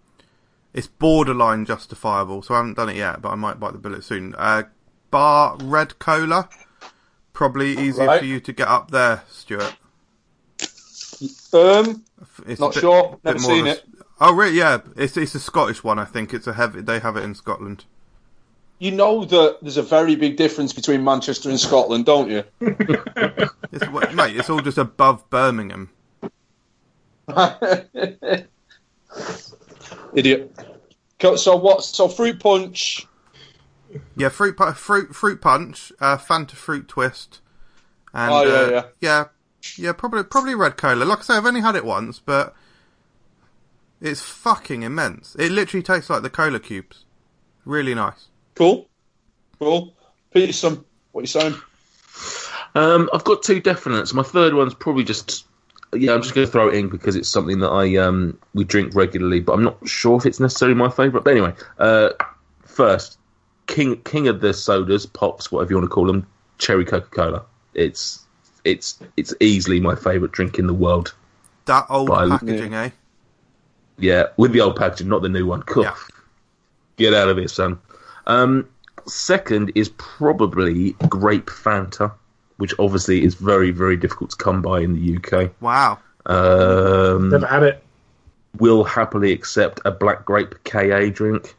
it's borderline justifiable. So I haven't done it yet, but I might bite the bullet soon. Uh, Bar Red Cola, probably easier
Right.
for you to get up there, Stuart.
Um,
It's
Not
a bit-
sure.
bit
Never
more of
seen
a-
it.
Oh, really? Yeah, it's it's a Scottish one. I think it's a heavy. They have it in Scotland.
you know that there's a very big difference between Manchester and Scotland, don't you?
It's, well, mate, it's all just above Birmingham.
Idiot. Co- So what? So fruit punch.
Yeah, fruit pu- fruit fruit punch, uh, Fanta fruit twist, and
Oh, yeah,
uh,
yeah.
yeah, yeah, probably probably red cola. Like I say, I've only had it once, but It's fucking immense. It literally tastes like the cola cubes. Really nice.
Cool. Cool. Peter, some, what are you saying?
Um, I've got two definites. My third one's probably just yeah. I'm just going to throw it in because it's something that I um we drink regularly, but I'm not sure if it's necessarily my favourite. But anyway, uh, first king king of the sodas, pops, whatever you want to call them, cherry Coca Cola. It's it's it's easily my favourite drink in the world.
That old
But I-
packaging, eh?
Yeah, with the old packaging, not the new one. Cool.
Yeah.
Get out of here, son. Um, second is probably grape Fanta, which obviously is very very difficult to come by in the UK.
Wow.
Um,
Never had it.
will happily accept a black grape KA drink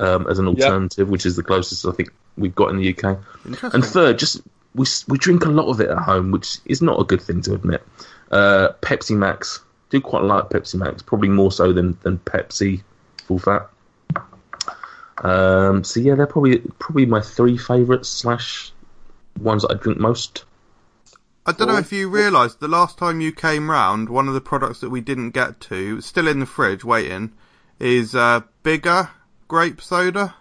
um, as an alternative, which is the closest I think we've got in the UK.
Interesting.
And third, just we we drink a lot of it at home, which is not a good thing to admit. Uh, Pepsi Max do quite like Pepsi Max, probably more so than than Pepsi full fat. Um, so yeah, they're probably probably my three favourites slash ones that I drink most.
I don't know if you realised the last time you came round, one of the products that we didn't get to, still in the fridge waiting, is uh, bigger grape soda.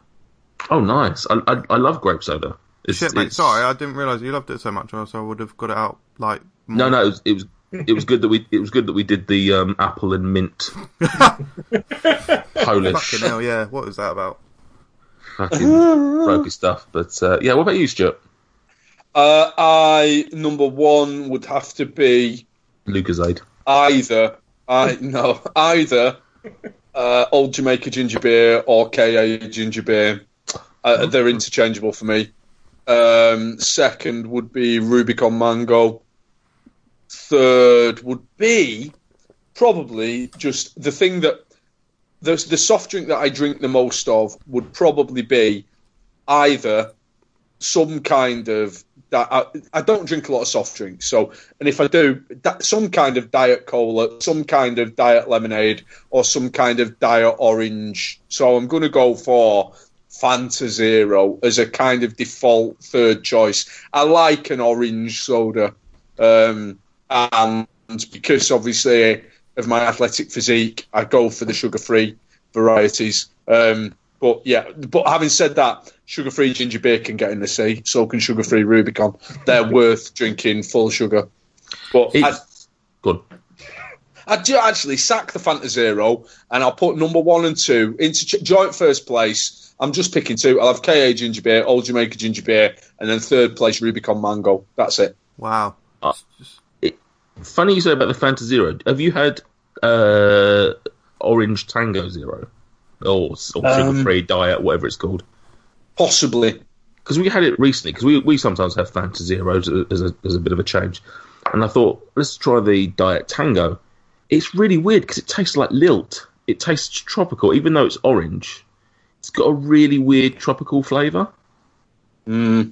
Oh, nice! I I, I love grape soda. It's,
Shit, mate.
it's-
Sorry, I didn't realise you loved it so much. Else I would have got it out like. more.
No, no, it was, it was it was good that we it was good that we did the um, apple and mint Polish
Fucking hell, yeah. What was that about?
fucking ropey stuff. But uh, yeah, what about you, Stuart?
Uh, I, number one, would have to be
Lucasade.
either, I no, either uh, Old Jamaica Ginger Beer or KA Ginger Beer. Uh, they're interchangeable for me. Um, second would be Rubicon Mango. Third would be probably just the thing that the, the soft drink that I drink the most of would probably be either some kind of that I, I don't drink a lot of soft drinks so and if i do that, some kind of diet cola some kind of diet lemonade or some kind of diet orange so i'm going to go for fanta zero as a kind of default third choice i like an orange soda um, and because obviously of my athletic physique i go for the sugar free varieties um, but yeah, but having said that, sugar-free ginger beer can get in the sea. So can sugar-free Rubicon. They're worth drinking full sugar. But I,
It's good.
I do actually sack the Fanta Zero, and I'll put number one and two into ch- joint first place. I'm just picking two. I'll have KA ginger beer, Old Jamaica ginger beer, and then third place Rubicon mango. That's it.
Wow.
Uh,
Just-
Funny you say about the Fanta Zero. Have you had uh, Orange Tango Zero or, or
Um,
sugar free diet, whatever it's called?
Possibly.
because we had it recently because we, we sometimes have Fanta Zeros as a, as a bit of a change and I thought let's try the Diet Tango it's really weird because it tastes like lilt it tastes tropical even though it's orange it's got a really weird tropical flavour
Mm.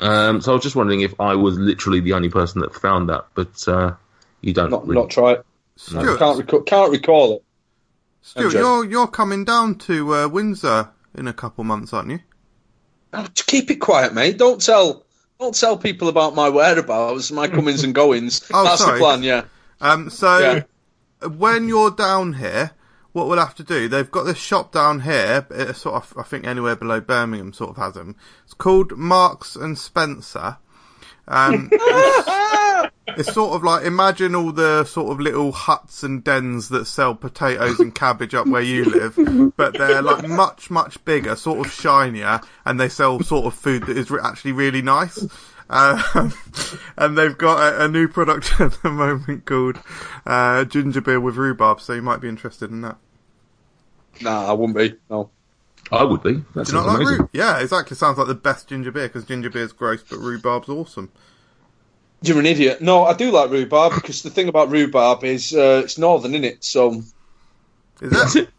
um, so I was just wondering if I was literally the only person that found that but uh, you don't
Not
really
not try it.
Stuart,
Can't recall. Can't recall it.
Stuart,
MJ.
you're you're coming down to uh, Windsor in a couple months, aren't you?
Oh, just keep it quiet, mate. Don't tell. Don't tell people about my whereabouts, my comings and goings.
Oh,
That's
sorry.
the plan. Yeah.
Um, so
Yeah.
when you're down here, what we'll have to do, they've got this shop down here, but it's sort of, I think anywhere below Birmingham sort of has them. It's called Marks and Spencer. Um, it's- it's sort of like, imagine all the sort of little huts and dens that sell potatoes and cabbage up where you live, but they're like much, much bigger, sort of shinier, and they sell sort of food that is re- actually really nice. Um, and they've got a, a new product at the moment called uh, ginger beer with rhubarb, so you might be interested in that.
Nah, I wouldn't be. No.
I would be
Do
that
you not
sounds
like
amazing
rhubarb? Yeah, exactly. Sounds like the best ginger beer because ginger beer's gross, but rhubarb's awesome.
You're an idiot. No, I do like rhubarb because the thing about rhubarb is uh, it's northern, is it? So
Is it?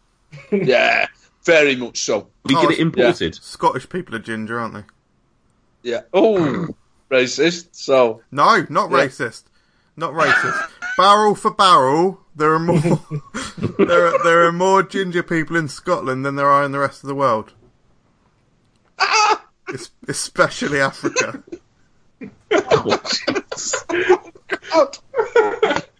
yeah, very much so.
we
Oh,
get it imported
Scottish people are ginger, aren't they?
Yeah. Oh, racist. So
No, not
Yeah.
racist. Not racist. barrel for barrel, there are more. there are there are more ginger people in Scotland than there are in the rest of the world. Es- Especially Africa.
out.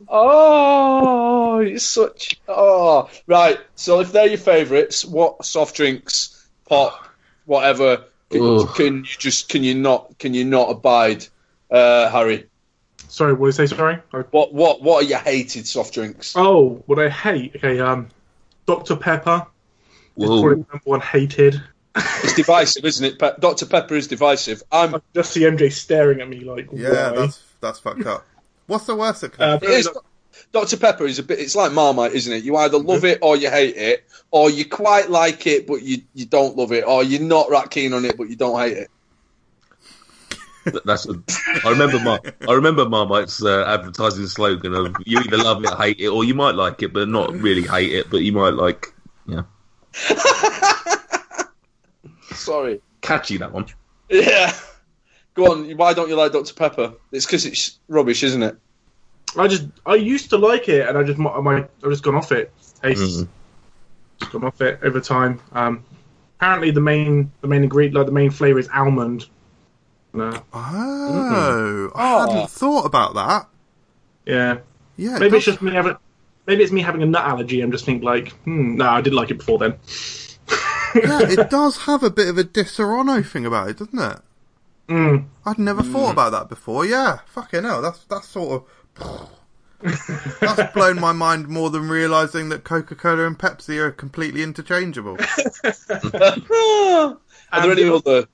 Oh, it's such. Oh, right. So if they're your favourites, what soft drinks, pop, whatever, can,
Ugh.
can you just can you not can you not abide, uh, Harry?
Sorry, what did you say? Sorry. I-
What what what are your hated soft drinks?
Oh, what I hate. Okay, um, Dr Pepper is
Whoa.
probably number one hated.
It's divisive, isn't it? Pe- Dr Pepper is divisive. I'm.
I just see MJ staring at me like,
Yeah,
why?
that's that's fucked up. What's the worst that could
Uh,
happen?
It is, Dr Pepper is a bit. It's like Marmite, isn't it? You either love it or you hate it, or you quite like it but you you don't love it, or you're not that keen on it but you don't hate it.
Th- That's. I remember my. I remember Marmite's uh, advertising slogan of "You either love it, hate it, or you might like it, but not really hate it, but you might like." Yeah,
Sorry.
catchy that one.
Yeah. Go on. Why don't you like Dr Pepper? It's because it's rubbish, isn't it?
I just I used to like it, and I just my, my I've just gone off it. Tastes
Mm.
just gone off it over time. Um, apparently the main the main ingredient like the main flavor is almond. Uh, No, mm-hmm.
Oh, I
Oh.
hadn't thought about that.
yeah,
Yeah, it
Ah. maybe it's
does-
just me having maybe it's me having a nut allergy. I'm just think like, hmm, no, I did like it before then.
yeah, it does have a bit of a Disaronno thing about it, doesn't it?
Mm.
I'd never thought about that before. Yeah, fucking hell, that's that's sort of that's blown my mind more than realizing that Coca-Cola and Pepsi are completely interchangeable.
are there
Um,
any other?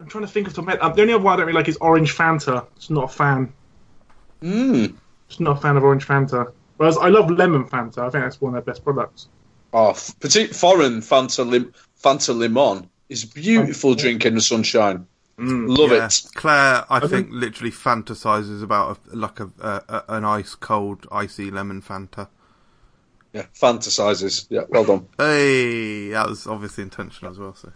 I'm trying to think of the um, the only other one I don't really like is orange Fanta. It's not a fan.
Mm.
Just not a fan of orange Fanta. Whereas I love lemon Fanta. I think that's one of their best products.
Oh, f- particularly foreign Fanta, lim- Fanta Limon is beautiful drink in the sunshine. Love
Yeah.
it.
Claire, I
think-
think literally fantasizes about a, like a, a, a an ice cold icy lemon Fanta.
Yeah, fantasizes. Yeah, well done.
Hey, that was obviously intentional as well. So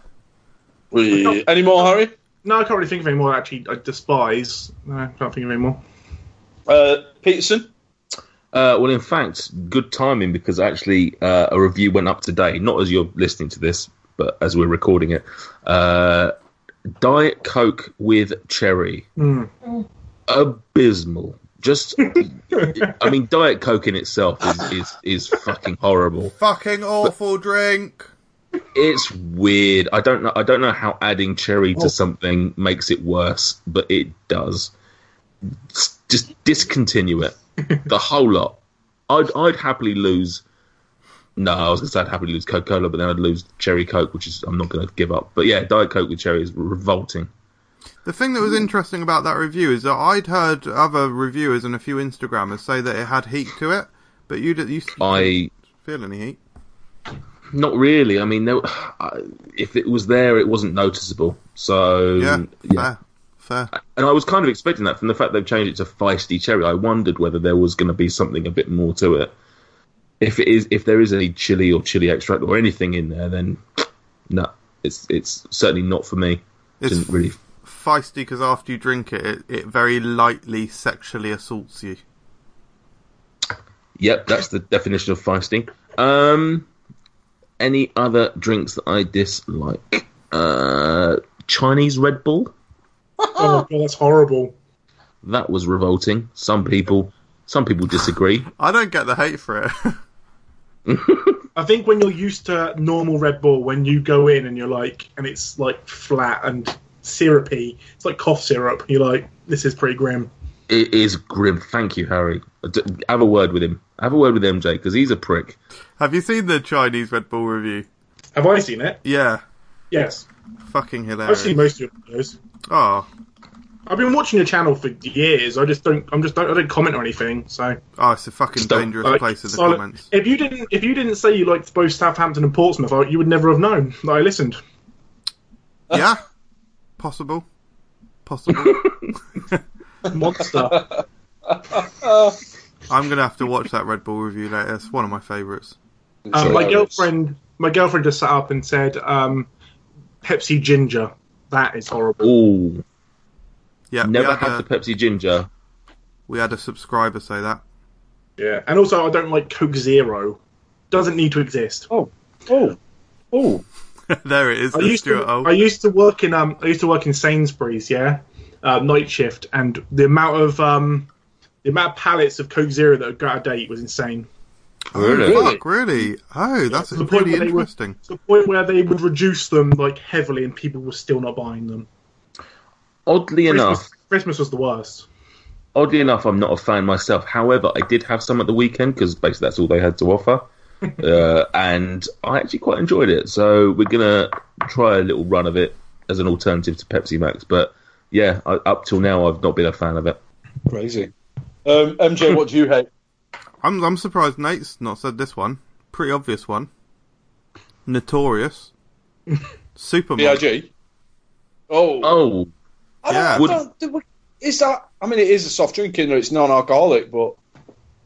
We- Any more, Harry?
No, I can't really think of any more. Actually, I despise. No, I can't think of any more.
Uh, Peterson?
Uh, well, in fact, good timing because actually uh, a review went up today. Not as you're listening to this, but as we're recording it. Uh, Diet Coke with cherry, abysmal. Just, I mean, Diet Coke in itself is is, is fucking horrible.
fucking awful drink.
It's weird. I don't know. I don't know how adding cherry to something makes it worse, but it does. S- Just discontinue it, the whole lot. I'd I'd happily lose. No, I was going to say I'd happily lose Coca Cola, but then I'd lose Cherry Coke, which is I'm not going to give up. But yeah, Diet Coke with cherry is revolting.
The thing that was
Mm.
interesting about that review is that I'd heard other reviewers and a few Instagrammers say that it had heat to it, but you didn't you didn't
I
feel any heat.
not really. I mean, there, I- if it was there, it wasn't noticeable. So
Yeah,
Mm, yeah.
fair, fair.
And I was kind of expecting that from the fact they've changed it to feisty cherry. I wondered whether there was going to be something a bit more to it. If it is, if there is any chili or chili extract or anything in there, then no, it's it's certainly not for me.
It's
Didn't really.
feisty because after you drink it, it, it very lightly sexually assaults you.
Yep, that's the definition of feisty. Um, any other drinks that I dislike? Uh, Chinese Red Bull.
Oh, God, that's horrible.
That was revolting. Some people, some people disagree.
I don't get the hate for it.
I think when you're used to normal Red Bull, when you go in and you're like, and it's like flat and syrupy, it's like cough syrup. You're like, this is pretty grim.
It is grim. Thank you, Harry. D- Have a word with him. Have a word with MJ because he's a prick.
Have you seen the Chinese Red Bull review?
Have I seen it?
Yeah,
Yes,
fucking
I've
hilarious.
seen most of your videos.
oh,
I've been watching your channel for years. I just don't. I'm just. Don't, I don't comment or anything. So
oh, it's a fucking
Stop.
dangerous
like,
place in the
silent-
comments.
If you didn't, if you didn't say you liked both Southampton and Portsmouth, I, you would never have known that I listened.
yeah, possible, possible.
Monster. Um, Uh,
I'm gonna have to watch that Red Bull review later. It's one of my favourites.
Um, my
Hilarious.
girlfriend, my girlfriend just sat up and said, um, "Pepsi ginger." That is horrible.
Ooh,
Yeah,
never
we had,
had
a,
the Pepsi ginger.
we had a subscriber say that.
Yeah, and also I don't like Coke Zero. Doesn't need to exist.
Oh. Oh.
there it is,
I
the
used
Stuart
to,
O.
I used to work in, um, I used to work in Sainsbury's, yeah, uh, night shift, and the amount of um, The amount of pallets of Coke Zero that had got out of date was insane.
Really?
Oh, fuck, really? Oh, that's
To the point
pretty
where they were-
interesting.
To the point where they would reduce them like heavily, and people were still not buying them.
Oddly enough,
Christmas, Christmas was the worst.
oddly enough, I'm not a fan myself. However, I did have some at the weekend because basically that's all they had to offer, uh, and I actually quite enjoyed it. So we're gonna try a little run of it as an alternative to Pepsi Max. But yeah, I, up till now, I've not been a fan of it.
Crazy. Um, MJ, what do you hate?
I'm I'm surprised Nate's not said this one. Pretty obvious one. Notorious. Superman.
BIG. Oh,
Oh,
I don't,
yeah.
I don't- do we- is that? I mean, it is a soft drink, and it's non-alcoholic, but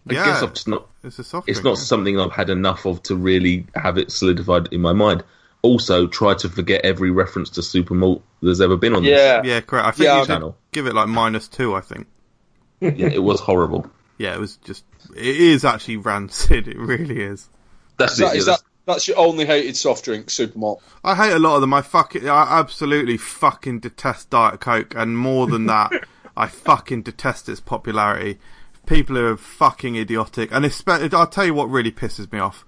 I
Yeah.
guess I've just not.
It's a soft
It's
drink,
not something I've had enough of to really have it solidified in my mind. Also, try to forget every reference to Super Malt there's ever been on
yeah.
yeah,
Yeah, correct. I think
Yeah,
you should
Channel.
give it like minus two, I think.
this. Yeah, it was horrible.
Yeah, it was just it is actually rancid, it really is.
That's
Is that,
it.
is
yeah,
that, that's your only hated soft drink, Supermalt.
I hate a lot of them. I fucking, I absolutely fucking detest Diet Coke, and more than that, I fucking detest its popularity. People who are fucking idiotic, and especially, I'll tell you what really pisses me off.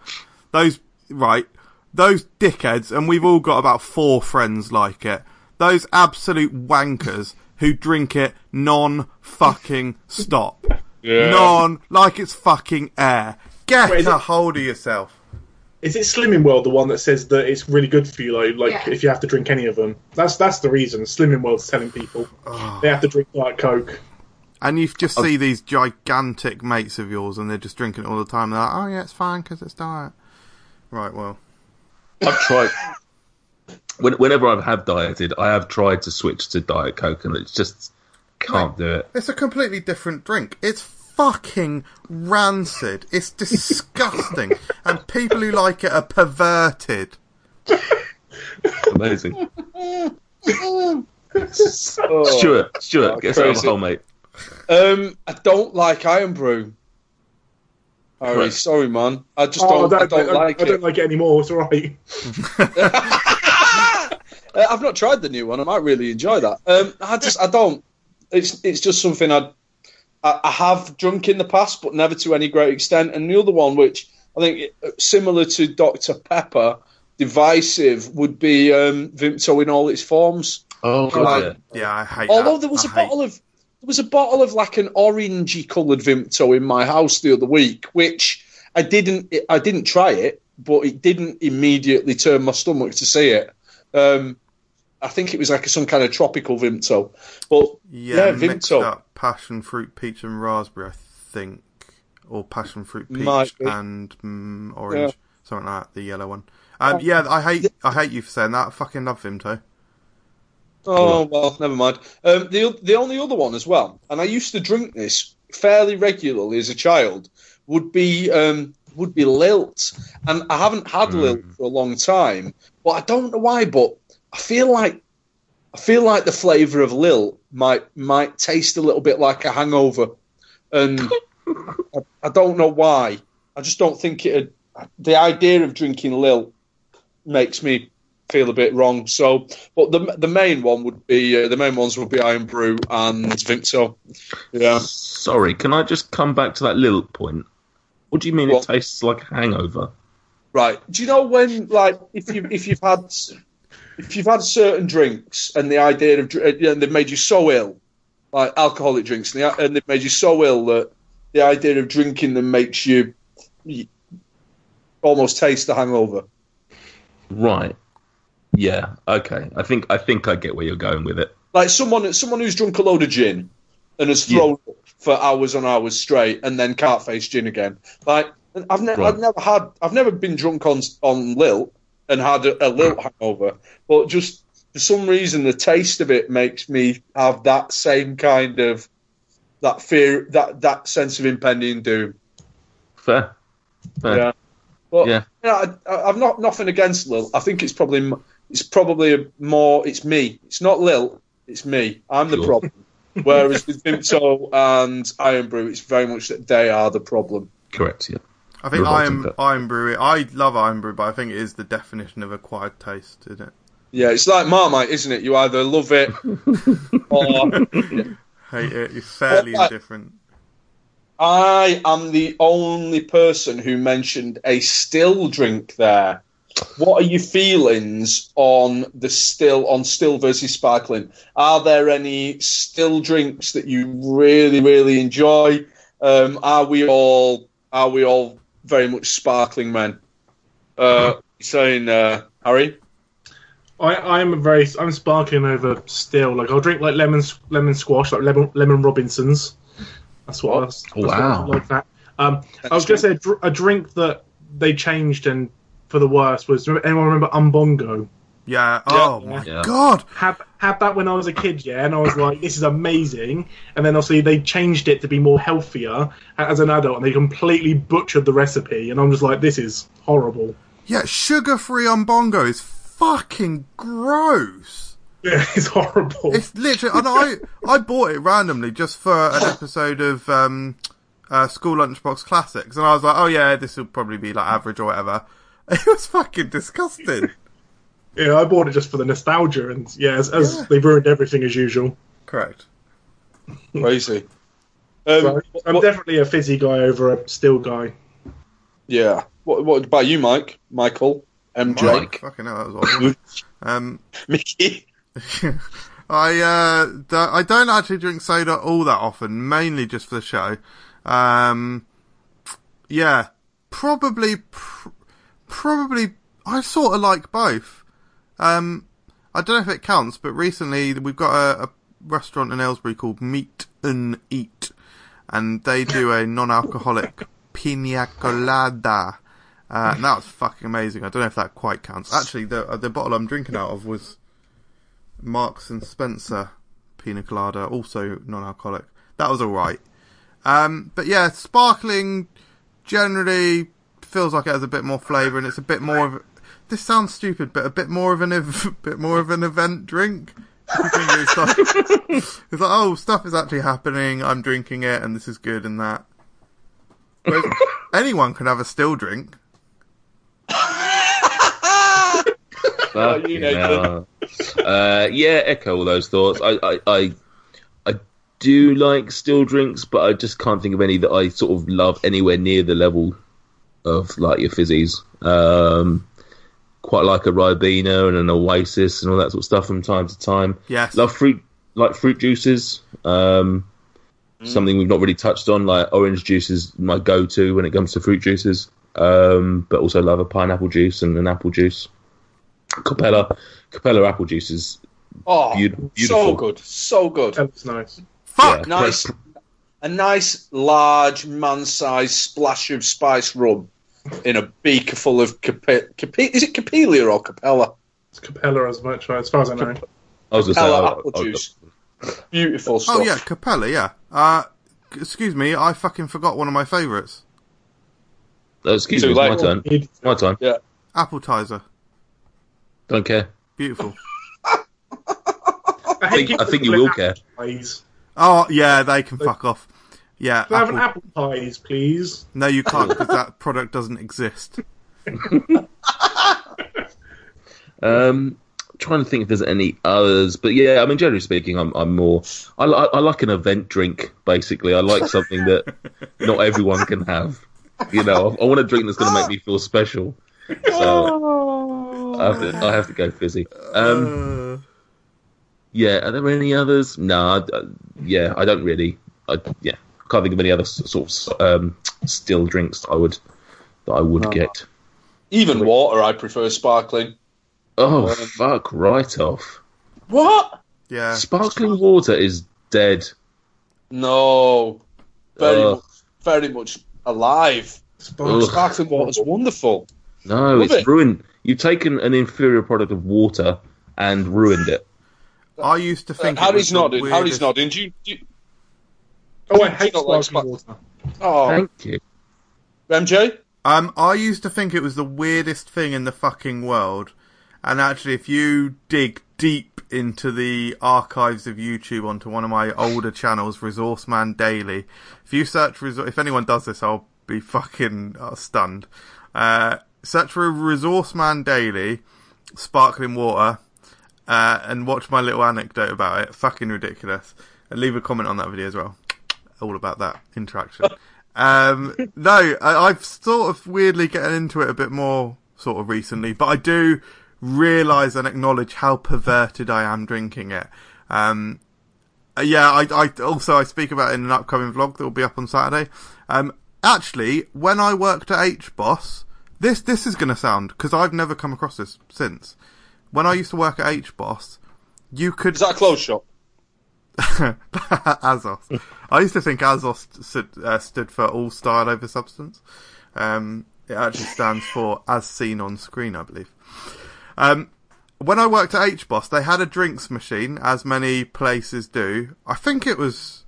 Those, right, those dickheads, and we've all got about four friends like it. Those absolute wankers who drink it non fucking stop. Non, like it's fucking air. Get
Wait, is
a
it-
hold of yourself.
Is it Slimming World the one that says that it's really good for you, like, like
Yeah.
if you have to drink any of them? That's that's the reason. Slimming World's telling people they have to drink Diet Coke.
And you just see these gigantic mates of yours, and they're just drinking it all the time. They're like, "Oh yeah, it's fine because it's diet." Right. Well,
I've tried. When, whenever I have dieted, I have tried to switch to Diet Coke, and it's just can't do it.
it's a completely different drink. It's fucking rancid. It's disgusting, and people who like it are perverted.
Amazing. Stuart, Stuart,
Oh,
get us out of
crazy.
the hole, mate.
Um, I don't like Iron Brew. Harry,
Right.
sorry, man. I just
Oh,
don't. I don't like
I
it.
don't like it anymore. It's all right.
Uh, I've not tried the new one. I might really enjoy that. Um, I just, I don't. It's, it's just something I, I, I have drunk in the past, but never to any great extent. And the other one, which I think uh, similar to Dr Pepper, divisive would be um, Vimto in all its forms.
Oh,
God.
God.
Yeah, I hate.
Although
that.
there was
I
a
hate-
bottle of there was a bottle of like an orangey coloured Vimto in my house the other week, which I didn't I didn't try it, but it didn't immediately turn my stomach to see it. Um, I think it was like some kind of tropical Vimto, but
yeah,
yeah,
mixed
Vimto.
up passion fruit, peach, and raspberry. I think, or passion fruit, peach,
Might be.
and mm, orange, something like that. The yellow one. Um, yeah, I hate. I hate you for saying that. I fucking love Vimto.
Oh well, never mind. Um, the the only other one as well, and I used to drink this fairly regularly as a child. Would be um, would be Lilt, and I haven't had Lilt for a long time. But I don't know why, but I feel like I feel like the flavour of Lilt might might taste a little bit like a hangover, and I, I don't know why. I just don't think it. The idea of drinking Lilt makes me feel a bit wrong. So, but the the main one would be uh, the main ones would be Iron Brew and Vimto. Yeah,
Sorry, can I just come back to that little point? What do you mean
What?
it tastes like a hangover?
right. Do you know when like if you if you've had if you've had certain drinks and the idea of dr- uh, and they've made you so ill, like alcoholic drinks, and, the, and they've made you so ill that the idea of drinking them makes you. you Almost taste the hangover.
Right. Yeah. Okay. I think I think I get where you're going with it.
like someone someone who's drunk a load of gin and has
Yeah.
thrown up for hours on hours straight and then can't face gin again. Like and I've, ne- I've
Right.
never had I've never been drunk on on lilt and had a, a lilt hangover, but just for some reason the taste of it makes me have that same kind of that fear that that sense of impending doom.
Fair. Fair.
Yeah. But
Yeah.
you know, I, I- I've not nothing against Lil. I think it's probably m- it's probably a more it's me. It's not Lil. It's me. I'm the
Sure.
problem. Whereas with Vimto and Iron Brew, it's very much that they are the problem.
Correct. Yeah.
I think
Revolting
iron
bit.
iron brew. I love iron brew, but I think it is the definition of acquired taste, isn't it?
Yeah, it's like Marmite, isn't it? You either love it or
Hate it. You're fairly
Well, I-
indifferent.
I am the only person who mentioned a still drink there. What are your feelings on the still on still versus sparkling? Are there any still drinks that you really really enjoy? Um, are we all are we all very much sparkling men? Uh, saying uh, Harry,
I, I'm very I'm sparkling over still. Like I'll drink like lemon lemon squash, like lemon lemon Robinsons. That's what. That's, that's what I
Wow.
like that. Um, I was going to say a dr- a drink that they changed and for the worst was anyone remember Umbongo?
Yeah. Oh
Yeah.
my
Yeah.
god.
Had had that when I was a kid, yeah, and I was like, this is amazing. And then obviously they changed it to be more healthier as an adult, and they completely butchered the recipe. And I'm just like, this is horrible.
Yeah, sugar-free on bongo is fucking gross.
Yeah, it's horrible.
It's literally, and I I bought it randomly just for an episode of um, uh, School Lunchbox Classics, and I was like, oh yeah, this will probably be like average or whatever. It was fucking disgusting.
Yeah, I bought it just for the nostalgia, and yeah, as, as
Yeah.
they ruined everything as usual.
Correct.
crazy. Um,
So I'm
what-
definitely a fizzy guy over a still guy.
yeah. What, what about you, Mike? Michael, MJ,
Mike.
Fucking hell, that was awful. um,
Mickey.
I uh, d- I don't actually drink soda all that often, mainly just for the show. Um, yeah, probably, pr- probably. I sort of like both. Um, I don't know if it counts, but recently we've got a, a restaurant in Aylesbury called Meat and Eat, and they do a non-alcoholic pina colada. Uh, and that's fucking amazing. I don't know if that quite counts. Actually, the uh, the bottle I'm drinking out of was Marks and Spencer Pina Colada, also non-alcoholic. That was all right. Um, but yeah, sparkling generally feels like it has a bit more flavour and it's a bit more of. This sounds stupid, but a bit more of an ev- bit more of an event drink. You drink it, It's like, it's like, oh, stuff is actually happening. I'm drinking it, and this is good, and that. Whereas anyone can have a still drink.
about you,
Fucking hell. Uh, yeah, echo all those thoughts. I, I, I, I do like still drinks, but I just can't think of any that I sort of love anywhere near the level of like your fizzies. Um, quite like a Ribena and an Oasis and all that sort of stuff from time to time.
Yes.
Love fruit, like fruit juices. Um,
Mm.
Something we've not really touched on, like orange juice is my go-to when it comes to fruit juices. Um, but also love a pineapple juice and an apple juice. Capella, Capella apple juice is
Oh,
Beaut-
so
beautiful.
good, so good.
That was nice.
Fuck.
Yeah.
nice, a nice large man-sized splash of spice rum in a beaker full of capi- capi- is it Capelia or Capella?
It's Capella as much as far as I know.
I was going to say, oh,
Capella
I-
apple
I- I-
juice. Beautiful stuff.
Oh yeah, Capella. Yeah. Uh, c- excuse me, I fucking forgot one of my favourites.
Uh, excuse
Too
me, it's my
late.
turn. It's my time.
Appletizer.
Don't care.
Beautiful.
I,
think- I think you will care.
Pies.
Oh yeah, they can fuck off. Yeah,
Can I have an
Apple-
apple pies, please?
no, you can't because that product doesn't exist.
Um, trying to think if there's any others, but yeah, I mean, generally speaking, I'm I'm more I, li- I like an event drink. Basically, I like something that not everyone can have. You know, I, I want a drink that's going to make me feel special. So
Oh.
I have to, I have to go fizzy. Um,
Uh,
yeah, are there any others? Nah, I- I- yeah, I don't really. I yeah, can't think of any other s- sort of um, still drinks that I would that I would get.
Even water, I prefer sparkling.
Oh fuck! Right off.
What?
yeah,
Sparkling water is dead.
No, very,
Ugh.
much, very much alive.
Spark-
Ugh.
Sparkling water's wonderful.
No,
Love
it's
it.
ruined. You've taken an inferior product of water and ruined it.
I used to think. it was
Harry's
the
nodding. Harry's
weirdest-
nodding. Do you, do you,
Oh, I hate
Not
sparkling
like spark-
water.
oh,
Thank you.
MJ.
Um, I used to think it was the weirdest thing in the fucking world, and actually, if you dig deep into the archives of YouTube onto one of my older channels, Resource Man Daily, if you search Resou- if anyone does this, I'll be fucking uh, stunned. Uh, search for Resource Man Daily, sparkling water, uh, and watch my little anecdote about it. Fucking ridiculous. And leave a comment on that video as well. all about that interaction. Um, no, I, I've sort of weirdly getting into it a bit more sort of recently, but I do realize and acknowledge how perverted I am drinking it. Um, uh, yeah, I, I also I speak about it in an upcoming vlog that will be up on Saturday. Um, actually, when I worked at H Boss, this this is going to sound because I've never come across this since. When I used to work at H Boss, you could
Is that a close shot?
Azos. I used to think Azos stood, uh, stood for all style over substance. Um, it actually stands for as seen on screen, I believe. Um, when I worked at H Boss, they had a drinks machine, as many places do. I think it was,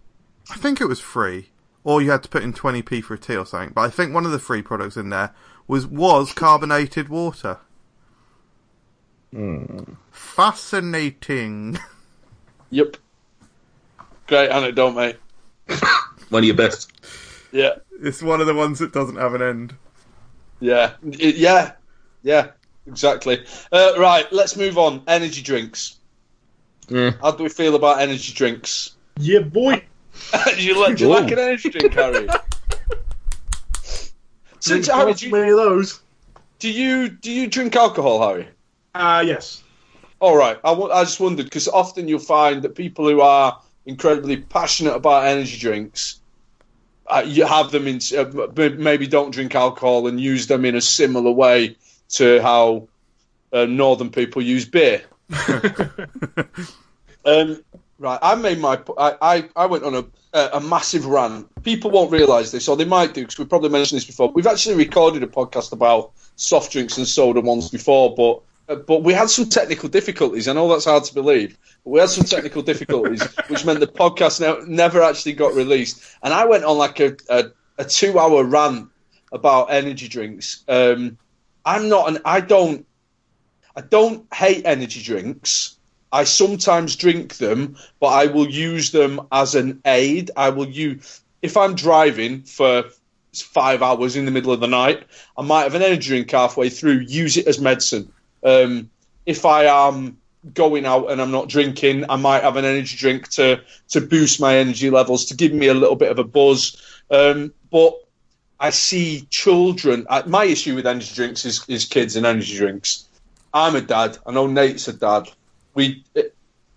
I think it was free, or you had to put in 20p for a tea or something. But I think one of the free products in there was was carbonated water. Fascinating.
Yep. Great anecdote, mate.
One of your best.
Yeah.
It's one of the ones that doesn't have an end.
Yeah. It- yeah. Yeah. Exactly. Uh, right. Let's move on. Energy drinks.
Yeah.
How do we feel about energy drinks?
Yeah,
Uh,
boy.
you like, do you
Whoa.
like an energy drink, Harry? Since Harry, do you,
many of those.
do you do you drink alcohol, Harry?
Uh, yes.
All right. I wa- I just wondered because often you'll find that people who are incredibly passionate about energy drinks, uh, you have them in uh, m- maybe don't drink alcohol and use them in a similar way to how uh, northern people use beer. Um, right, I made my. I I, I went on a a massive rant. People won't realise this, or they might do, because we probably mentioned this before. We've actually recorded a podcast about soft drinks and soda once before, but uh, but we had some technical difficulties. I know that's hard to believe, but we had some technical difficulties, which meant the podcast ne- never actually got released. And I went on like a a, a two hour rant about energy drinks. Um, I'm not an. I don't. I don't hate energy drinks. I sometimes drink them, but I will use them as an aid. I will use if I'm driving for five hours in the middle of the night, I might have an energy drink halfway through. Use it as medicine. Um, if I am going out and I'm not drinking, I might have an energy drink to to boost my energy levels to give me a little bit of a buzz. Um, but I see children. I, my issue with energy drinks is, is kids and energy drinks. I'm a dad. I know Nate's a dad. We, uh,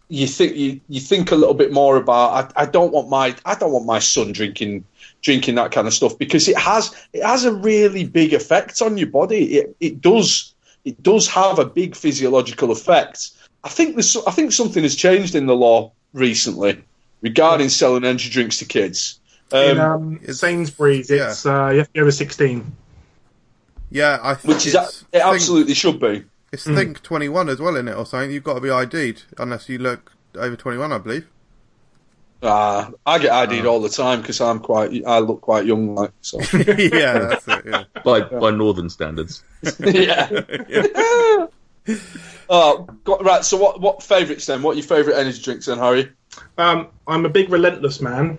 you think you, you think a little bit more about. I, I don't want my I don't want my son drinking drinking that kind of stuff because it has it has a really big effect on your body. It it does it does have a big physiological effect. I think there's so- I think something has changed in the law recently regarding selling energy drinks to kids.
In
Um,
um, Sainsbury's,
yeah.
it's uh, you have to be over 16.
Yeah, I think
which is a-
it's
it absolutely should be.
Think, it's Think 21 as well in it or something. You've got to be ID'd unless you look over 21, I believe.
Uh, I get
Uh-huh.
ID'd all the time because I'm quite I look quite young like so.
yeah, that's it. Yeah.
By by northern standards.
yeah. Oh, got, right. So, what what favourites then? What are your favourite energy drinks then, Harry?
Um, I'm a big relentless man,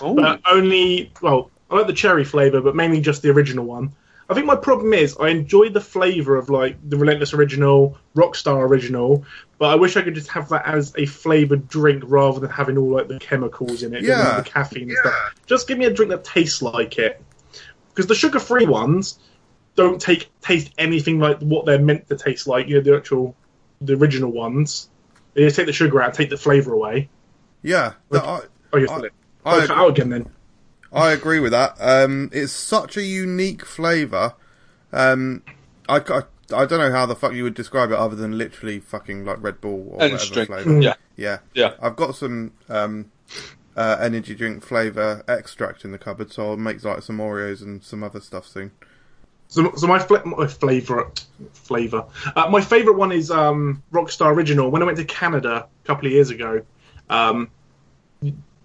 but Uh, only well, I like the cherry flavour, but mainly just the original one. I think my problem is I enjoy the flavour of like the relentless original, Rockstar original, but I wish I could just have that as a flavoured drink rather than having all like the chemicals in it, you know,
Yeah.
the caffeine and stuff. Just give me a drink that tastes like it, because the sugar-free ones don't take taste anything like what they're meant to taste like. You know, the actual, the original ones. They just take the sugar out, take the flavour away.
Yeah, that-
Oh, you're
I-
still in.
I
Oh, cut
agree.
out again then.
I, I agree with that. Um, it's such a unique flavour. Um, I, ca- I don't know how the fuck you would describe it other than literally fucking like Red Bull or
Energy
whatever
drink.
flavour.
Yeah.
Yeah.
Yeah.
I've got some um, uh, energy drink flavour extract in the cupboard, so I'll make like some Oreos and some other stuff soon.
So, so my, fl- my flavor, flavor. Uh, my favorite one is um, Rockstar Original. When I went to Canada a couple of years ago, um,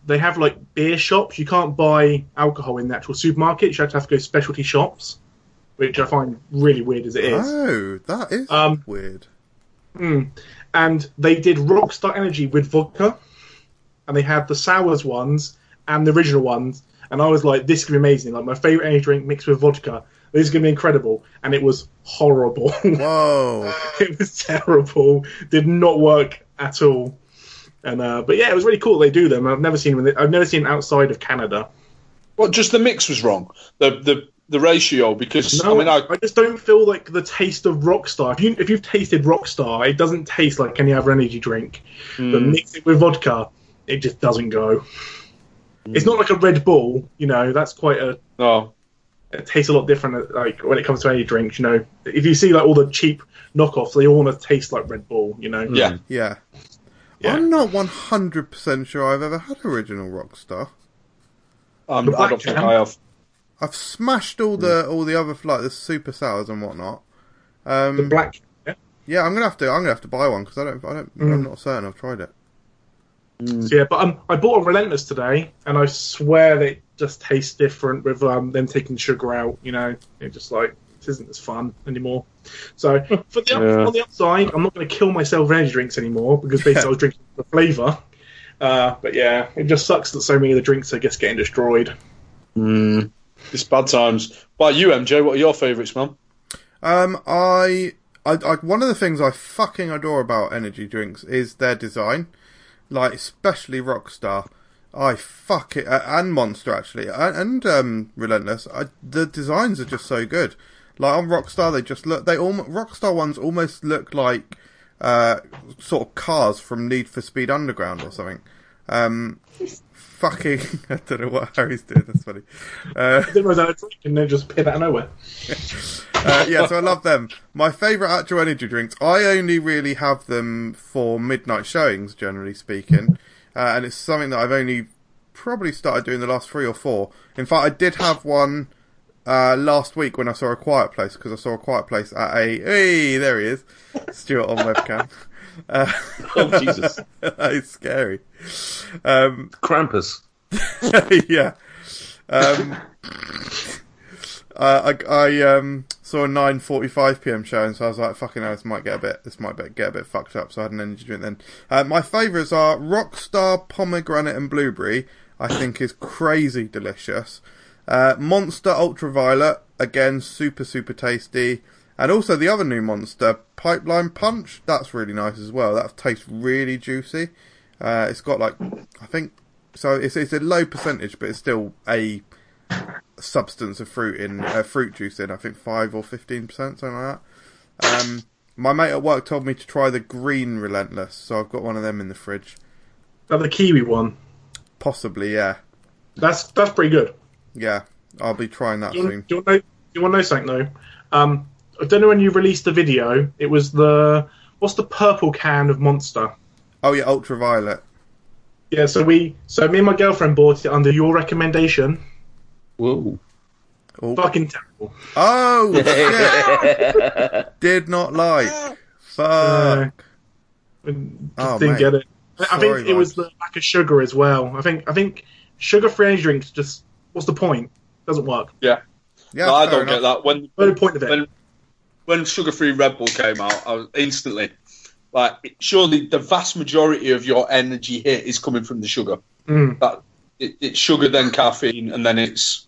they have like beer shops. You can't buy alcohol in the actual supermarket. You have to have to go specialty shops, which I find really weird as it is.
Oh, that is
Um,
weird.
and they did Rockstar Energy with vodka, and they had the sours ones and the original ones. And I was like, "This could be amazing! Like my favorite energy drink mixed with vodka. This is gonna be incredible." And it was horrible.
Whoa.
it was terrible. Did not work at all. And uh, but yeah, it was really cool they do them. I've never seen them. in the- I've never seen outside of Canada.
Well, just the mix was wrong. The the the ratio because
No,
I mean I
just don't feel like the taste of Rockstar. If you if you've tasted Rockstar, it doesn't taste like any other energy drink.
Hmm.
But mix it with vodka, it just doesn't go. It's not like a Red Bull, you know. That's quite a
no.
it tastes a lot different. uh, Like when it comes to any drinks, you know. If you see like all the cheap knockoffs, they all want to taste like Red Bull, you know.
Yeah.
Yeah.
Yeah.
I'm not 100% sure I've ever had original Rockstar.
I'm,
The
I don't
black
think
jam.
I have.
I've smashed all the all the other like the super sours and whatnot. Um,
Mm. The black. Yeah.
yeah, I'm gonna have to I'm gonna have to buy one because I don't I don't
Mm.
I'm not certain I've tried it.
So, yeah, but um, I bought a Relentless today, and I swear that it just tastes different with um, them taking sugar out. You know, it just like it isn't as fun anymore. So for the
Yeah.
on the upside, I'm not going to kill myself with energy drinks anymore because basically I was drinking the flavour. Uh, but yeah, it just sucks that so many of the drinks are just getting destroyed.
Hmm. It's bad times. By you, MJ, what are your favourites, man?
Um, I, I, I, one of the things I fucking adore about energy drinks is their design, like especially Rockstar. I fuck it, a- and Monster actually, and, and um, Relentless. I, the designs are just so good. Like on Rockstar, they just look. They all Rockstar ones almost look like uh, sort of cars from Need for Speed Underground or something. Um, fucking, I don't know what Harry's doing. That's funny. Uh,
Then I had a drink and then just appeared out of nowhere.
uh, yeah, so I love them. My favourite actual energy drinks, I only really have them for midnight showings, generally speaking. Uh, and it's something that I've only probably started doing the last three or four. In fact, I did have one uh, last week when I saw A Quiet Place, because I saw A Quiet Place at a. Hey, there he is. Stuart on webcam. Uh,
Oh, Jesus.
that is scary. Um,
Krampus.
yeah. Um, uh, I, I um, saw a 9:45 p.m. show, and so I was like, "Fucking hell, this might get a bit, this might be- get a bit fucked up." So I had an energy drink then. Uh, my favourites are Rockstar pomegranate and blueberry. I think is crazy delicious. Uh, Monster Ultraviolet again, super super tasty. And also the other new monster, Pipeline Punch. That's really nice as well. That tastes really juicy. Uh, it's got like, I think, so it's it's a low percentage, but it's still a substance of fruit in uh, fruit juice in. I think five or fifteen percent, something like that. Um, my mate at work told me to try the green relentless, so I've got one of them in the fridge.
Now the kiwi one,
Possibly, yeah,
that's that's pretty good.
yeah. I'll be trying that
Do you,
soon.
do you want to know, do you want to know something though? Um, I don't know when you released the video. It was the what's the purple can of Monster?
Oh yeah, ultraviolet.
Yeah, so we, so me and my girlfriend bought it under your recommendation.
Whoa.
Oh,
Fucking terrible.
oh shit. did not like.
Uh,
Fuck.
just
Oh,
didn't
mate.
get it. I- I think
Sorry,
it was
Raj.
the lack of sugar as well. I think I think sugar-free energy drinks just what's the point? Doesn't work.
Yeah,
Yeah,
no, I
fair
don't
enough.
get that. When
No point of it.
when when sugar free Red Bull came out, I was instantly like, it- surely the vast majority of your energy hit is coming from the sugar.
Mm.
That it, it's sugar, then caffeine, and then it's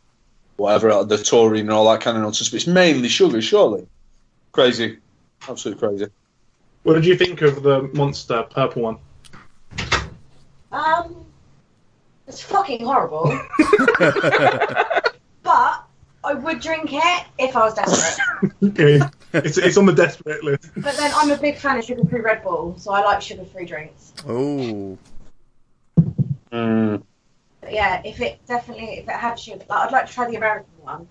whatever uh, the taurine and all that kind of nonsense. But it's mainly sugar, surely. Crazy, absolutely crazy.
What did you think of the Monster purple one?
Um, it's fucking horrible. but I would drink it if I was desperate.
Yeah, it's it's on the desperate list.
But then I'm a big fan of sugar-free Red Bull, so I like sugar-free drinks.
Oh,
Mm,
But yeah, if it definitely if it had sugar, like, I'd like to try the American one.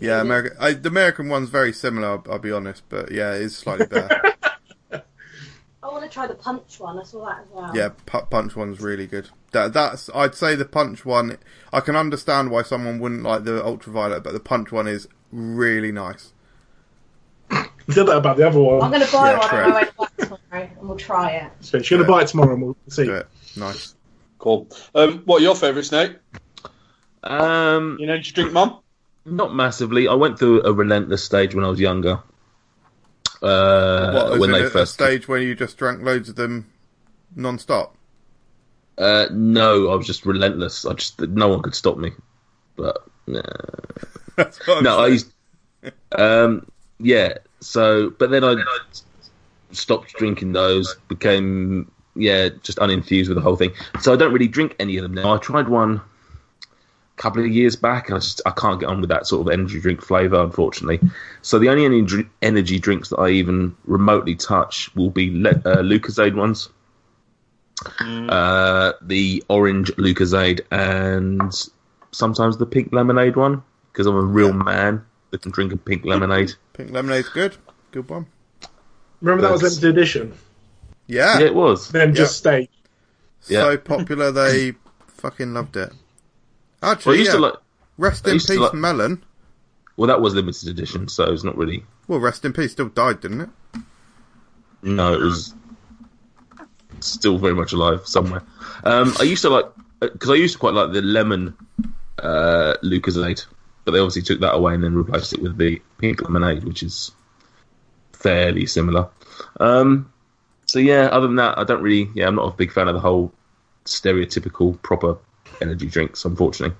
yeah. American. I, the American one's very similar. I'll, I'll be honest, but yeah, it is slightly better.
I want to try the punch one. I saw that as well.
Yeah, pu- punch one's really good. That that's I'd say the punch one. I can understand why someone wouldn't like the ultraviolet, but the punch one is really nice.
You said that about the other
I'm
one.
gonna buy
Yeah,
one
try
on my way
it.
back tomorrow, and we'll try it.
So she's gonna buy it tomorrow, and we'll see.
Do it, nice.
Cool. Um, what are your favourites, Nate?
Um,
You know, did you drink, Mum?
not massively. I went through a relentless stage when I was younger. Uh,
What, as
when
in
they
a, a
first
stage where you just drank loads of them non-stop.
Uh, no, I was just relentless. I just no one could stop me. But nah.
That's what I'm
no, I
saying.
used. Um, yeah. So, but then I stopped drinking those. Became yeah, just uninfused with the whole thing. So I don't really drink any of them now. I tried one a couple of years back, and I just I can't get on with that sort of energy drink flavour, unfortunately. So the only energy energy drinks that I even remotely touch will be le- uh, Lucasade ones,
Mm.
uh, the orange Lucasade, and sometimes the pink lemonade one because I'm a real man that can drink a pink lemonade.
Pink lemonade's good. Good one.
Remember that was
That's-
limited edition.
Yeah.
Yeah, it was.
Then just stay.
So
Yeah.
popular they fucking loved it.
Well, I
Actually,
used to
yeah.
like.
rest
I
in
used to
peace,
like-
Melon.
Well, that was limited edition, so it's not really.
Well, rest in peace still died, didn't it?
No, it was still very much alive somewhere. Um, I used to like because I used to quite like the lemon uh, Lucasade, but they obviously took that away and then replaced it with the pink lemonade, which is fairly similar. Um, so yeah, other than that, I don't really. Yeah, I'm not a big fan of the whole stereotypical proper energy drinks, unfortunately.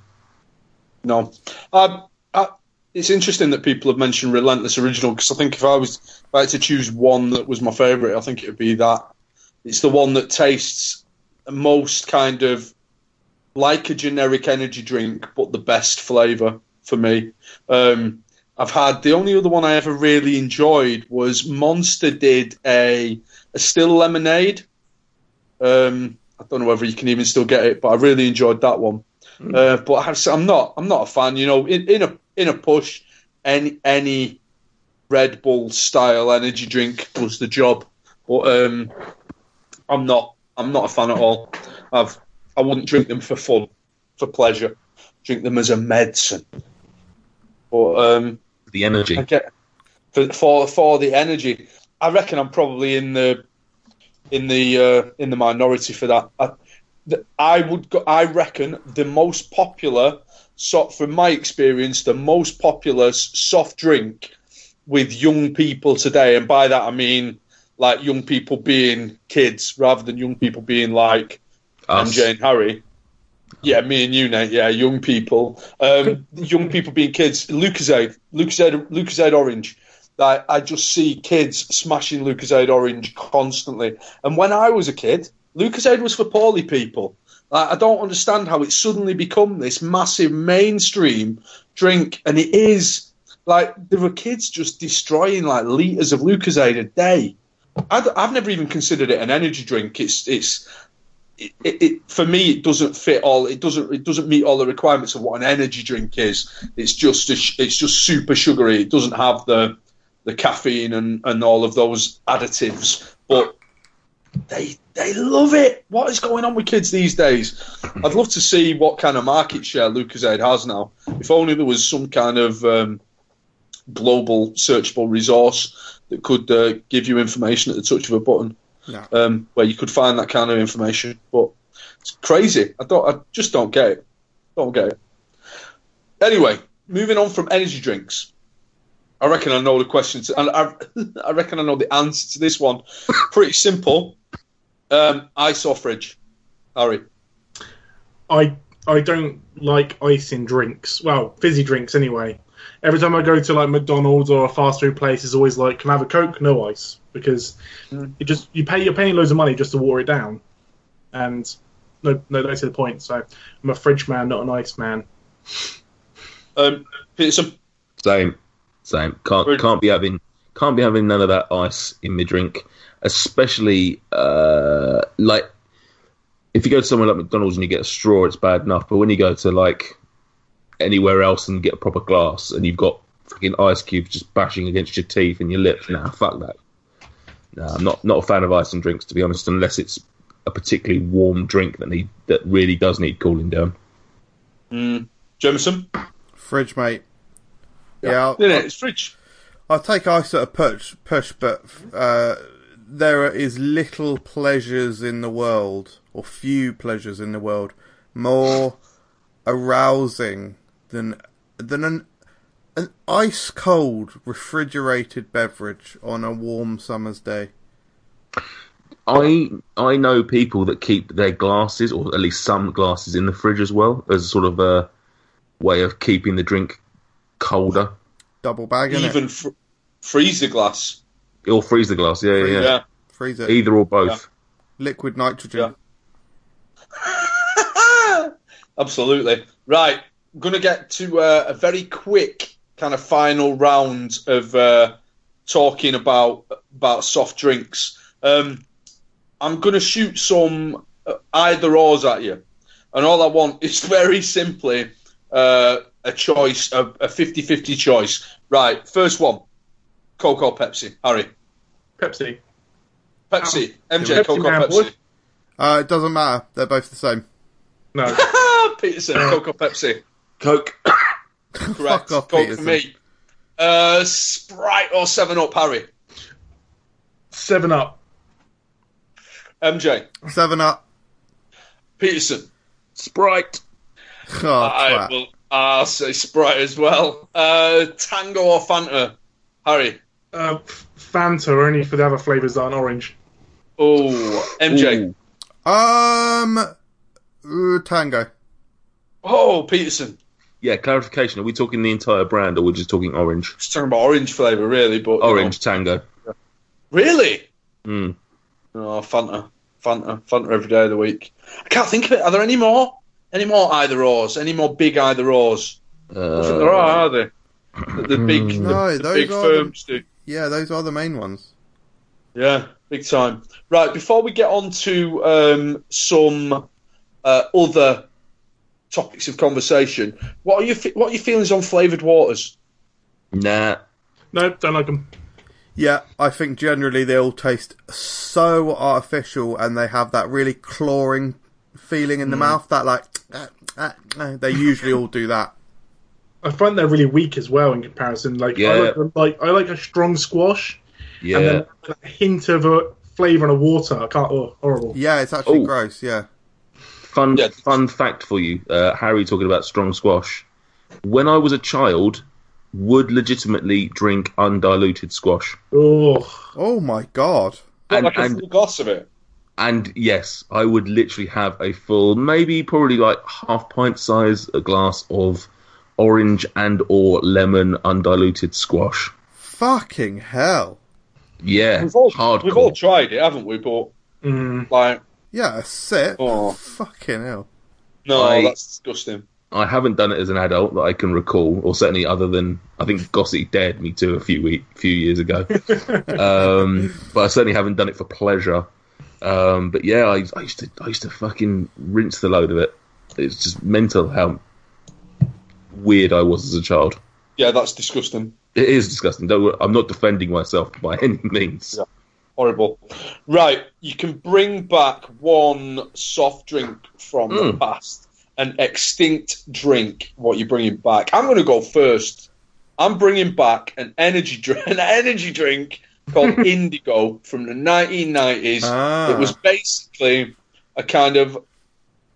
No, I, I, it's interesting that people have mentioned Relentless Original because I think if I was if I had to choose one that was my favourite, I think it would be that. It's the one that tastes most kind of like a generic energy drink, but the best flavour for me. Um, I've had the only other one I ever really enjoyed was Monster did a, a still lemonade. Um, I don't know whether you can even still get it, but I really enjoyed that one. Uh, but I have, to- I'm not. I'm not a fan. You know, in, in a in a push, any any Red Bull style energy drink does the job. But um, I'm not. I'm not a fan at all. I've. I wouldn't drink them for fun, for pleasure. Drink them as a medicine. But um,
The energy.
I get for, for for the energy. I reckon I'm probably in the in the uh, in the minority for that. I, th- I would go, I reckon the most popular so from my experience the most popular s- soft drink with young people today and by that I mean like young people being kids rather than young people being like
Us.
and Jane Harry. Yeah, me and you, Nate. Yeah, young people. Um, young people being kids. Lucasade, Lucasade, Lucasade Orange. I, I just see kids smashing Lucasade Orange constantly. And when I was a kid, Lucasade was for poorly people. Like, I don't understand how it's suddenly become this massive mainstream drink, and it is like there were kids just destroying like liters of Lucasade a day. I, d- I've never even considered it an energy drink. It's it's it, it, it for me it doesn't fit all it doesn't it doesn't meet all the requirements of what an energy drink is it's just a, sh- it's just super sugary it doesn't have the the caffeine and and all of those additives but they they love it what is going on with kids these days i'd love to see what kind of market share lucasade has now if only there was some kind of um, global searchable resource that could uh, give you information at the touch of a button
No.
um, where you could find that kind of information. But it's crazy. I don't. I just don't get it. Don't get it. Anyway, moving on from energy drinks. I reckon I know the question, to, and I, I reckon I know the answer to this one. Pretty simple. Um, ice or fridge, Harry.
I I don't like ice in drinks. Well, fizzy drinks anyway. Every time I go to like McDonald's or a fast food place, it's always like, "Can I have a Coke? No ice," because it just you pay you're paying loads of money just to water it down, and no no that's the point. So I'm a fridge man, not an ice man.
Um, Peterson.
Same, same. Can't
Good.
can't be having can't be having none of that ice in my drink, especially uh, like if you go to somewhere like McDonald's and you get a straw, it's bad enough. But when you go to like anywhere else and get a proper glass and you've got freaking ice cubes just bashing against your teeth and your lips, nah, fuck that. Nah, I'm not not a fan of ice and drinks to be honest, unless it's a particularly warm drink that need that really does need cooling down.
Mm, Jameson.
Fridge, mate. Yeah, I'll,
Yeah, it's fridge.
I'll take ice at a push, push, but uh, there is little pleasures in the world, or few pleasures in the world, more arousing than than an an ice cold refrigerated beverage on a warm summer's day.
I I know people that keep their glasses or at least some glasses in the fridge as well as sort of a way of keeping the drink colder.
Double bag in it,
Even fr- freezer glass.
Or freeze the glass, yeah, yeah,
Yeah.
yeah.
freeze it.
Either or both.
liquid nitrogen.
Yeah. Absolutely. Right. I'm going to get to uh, a very quick kind of final round of uh, talking about about soft drinks. Um, I'm going to shoot some uh, either ors at you. And all I want is very simply uh, a choice, a, a 50-50 choice. Right, first one, Coke or Pepsi, Harry.
Pepsi.
Pepsi, MJ,
Pepsi
Coke or
man,
Pepsi.
Uh, it doesn't matter. They're both the same.
No.
Peterson, Coke or Pepsi.
Coke.
Correct.
Fuck
Coke
off,
for
Peterson.
me. Uh, Sprite or 7-Up, Harry.
Seven up.
MJ,
Seven up.
Peterson.
Sprite.
Oh,
I
twat.
will I'll say Sprite as well. Uh, Tango or Fanta, Harry.
Uh, f- Fanta only for the other flavors that aren't orange.
Oh, MJ.
Ooh.
Um, uh, Tango.
Oh, Peterson.
Yeah, clarification. Are we talking the entire brand or we're just talking orange?
Just talking about orange flavour, really, but you know.
Orange Tango.
Really?
Mm.
No, Fanta. Fanta. Fanta every day of the week. I can't think of it. Are there any more? Any more either ors? Any more big either ors? I don't think there
Uh,
are, are they? The, the big, the-
No,
the,
those
big
are
firms do.
Yeah, those are the main ones.
Yeah, big time. Right, before we get on to um, some uh, other topics of conversation, what are your fe- what are your feelings on flavoured waters?
nah.
No, don't like them.
Yeah, I think generally they all taste so artificial, and they have that really clawing feeling
Mm.
in the mouth. That like, uh, they usually all do that.
I find they're really weak as well in comparison. Like,
Yeah.
I like, them, like I like a strong squash,
Yeah.
and then a hint of a flavour and a water. I can't. Oh, horrible.
Yeah, it's actually
Oh.
gross. Yeah.
Fun
Yeah.
fun fact for you, uh, Harry talking about strong squash. When I was a child, would legitimately drink undiluted squash.
Oh,
Oh my god.
Not
And-
like a
and-
full glass of it.
And yes, I would literally have a full, maybe probably like half pint size, a glass of orange and or lemon undiluted squash.
Fucking hell.
Yeah,
We've all,
hardcore.
we've all tried it, haven't we? But
mm.
like,
Yeah, a sip.
Oh.
Fucking hell.
no,
I-
that's disgusting.
I haven't done it as an adult that I can recall, or certainly other than I think Gossip dared me to a few week, few years ago. um, but I certainly haven't done it for pleasure. Um, but yeah, I, I used to I used to fucking rinse the load of it. It's just mental how weird I was as a child.
Yeah, that's disgusting.
It is disgusting. Don't, worry, I'm not defending myself by any means.
Yeah. Horrible. Right, you can bring back one soft drink from the
Mm.
past, an extinct drink. What you're bringing back? I'm going to go first. I'm bringing back an energy drink, an energy drink called Indigo from the 1990s.
Ah.
It was basically a kind of.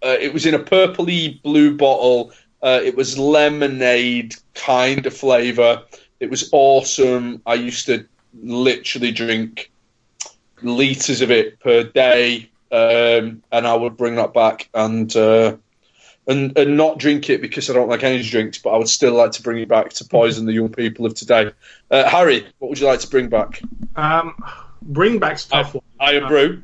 Uh, it was in a purpley blue bottle. Uh, it was lemonade kind of flavour. It was awesome. I used to literally drink litres of it per day, um, and I would bring that back and uh, and and not drink it because I don't like energy drinks. But I would still like to bring it back to poison the young people of today. Uh, Harry, what would you like to bring back?
um, bring back stuff.
Iron Brew.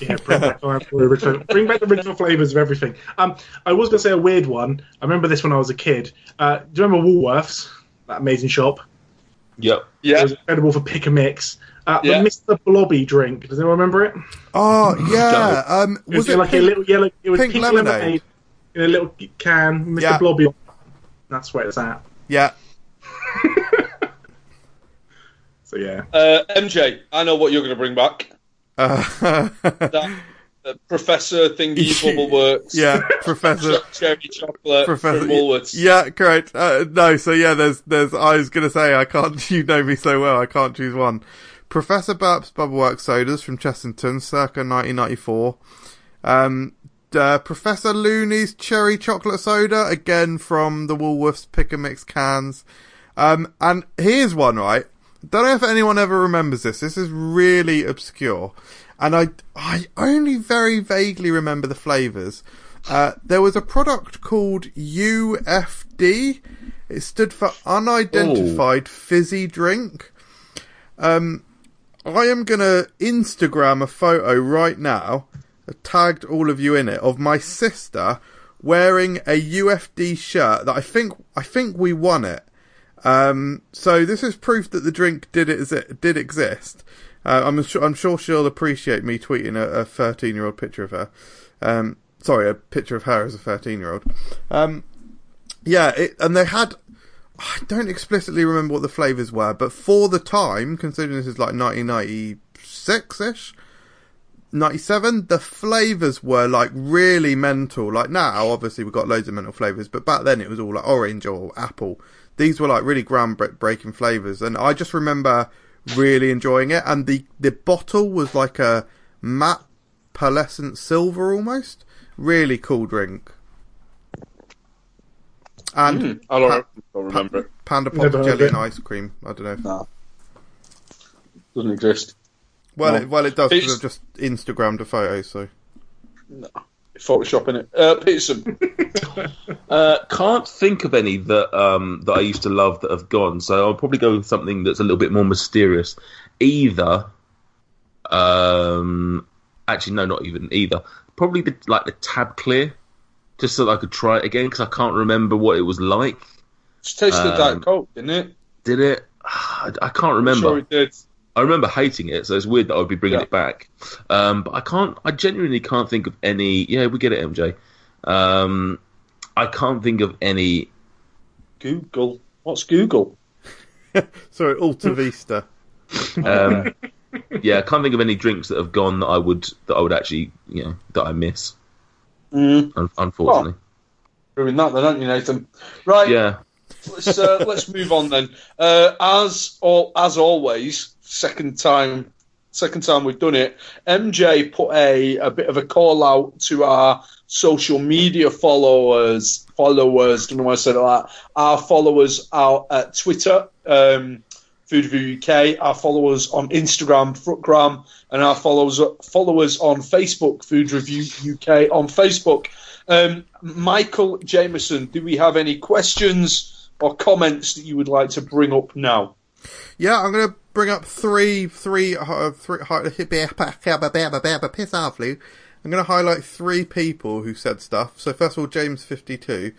Yeah, bring back, the original, bring back the original flavors of everything. Um, I was gonna say a weird one. I remember this when I was a kid. Uh, do you remember Woolworths? That amazing shop.
Yep.
It
Yeah.
was incredible for pick a mix. Uh,
Yeah.
The Mr. Blobby drink. Does anyone remember it?
Oh yeah. Um
It was,
was it
like
pink-
a little yellow. It was
pink
pink,
lemonade?
lemonade. in a little can. Mr.
Yeah.
Blobby. That's where it's at.
Yeah.
So yeah.
Uh, MJ, I know what you're going to bring back.
Uh,
That uh, Professor Thingy Bubble Works.
yeah, Professor
Ch- Cherry chocolate
Professor
from Woolworths.
Yeah, correct. Uh, no, so yeah, there's there's I was going to say I can't you know me so well, I can't choose one. Professor Burp's Bubbleworks sodas from Chessington circa 1994. Um uh, Professor Looney's cherry chocolate soda again from the Woolworths pick and mix cans. Um, and here's one, right? Don't know if anyone ever remembers this. This is really obscure, and I I only very vaguely remember the flavors. Uh, there was a product called UFD. It stood for Unidentified Fizzy Drink. I am gonna Instagram a photo right now. I tagged all of you in it of my sister wearing a UFD shirt that I think I think we won it. Um, so this is proof that the drink did exi- did exist. Uh, I'm sure I'm sure she'll appreciate me tweeting a 13 year old picture of her. Um, sorry, a picture of her as a 13 year old. Um, yeah, it, and they had. I don't explicitly remember what the flavors were, but for the time, considering this is like 1996 ish, 97, the flavors were like really mental. Like now, obviously, we've got loads of mental flavors, but back then it was all like orange or apple. These were like really groundbreaking flavors, and I just remember really enjoying it. And the, the bottle was like a matte pearlescent silver almost. Really cool drink. And
Hmm, I don't, I don't remember it.
Panda
Never
pop
heard
jelly
of
and
it.
ice cream. I don't know.
No. Doesn't exist.
Well,
No.
it, well, it does because
It's-
I've just Instagrammed a photo. So
Photoshopping it. Uh, Peterson.
Uh, can't think of any that um, that I used to love that have gone. So I'll probably go with something that's a little bit more mysterious. Either, um, actually, no, not even either. Probably the, like the tab clear, just so that I could try it again because I can't remember what it was like.
Just tasted
Um,
that Diet Coke, didn't it?
Did it? I, I can't
I'm
remember.
Sure it did.
I remember hating it, so it's weird that I'd be bringing
Yeah.
it back. Um, but I can't. I genuinely can't think of any. Yeah, we get it, MJ. Um, I can't think of any.
Google. What's Google?
sorry, Alta Vista.
Um, yeah, I can't think of any drinks that have gone that I would that I would actually you know that I miss.
Mm,
un- Unfortunately,
ruined that then, aren't you, Nathan? Right.
yeah.
let's uh, let's move on then. Uh, as all as always, second time second time we've done it. MJ put a a bit of a call out to our social media followers followers. Don't know why I said it like that. Our followers out at Twitter. Um, Food Review UK, our followers on Instagram, Footgram, and our followers followers on Facebook, Food Review UK on Facebook. Um, Michael Jameson, do we have any questions or comments that you would like to bring up now?
Yeah, I'm gonna bring up three, three, uh, three. hi- Piss off, Lou. I'm gonna highlight three people who said stuff. So first of all, James fifty two.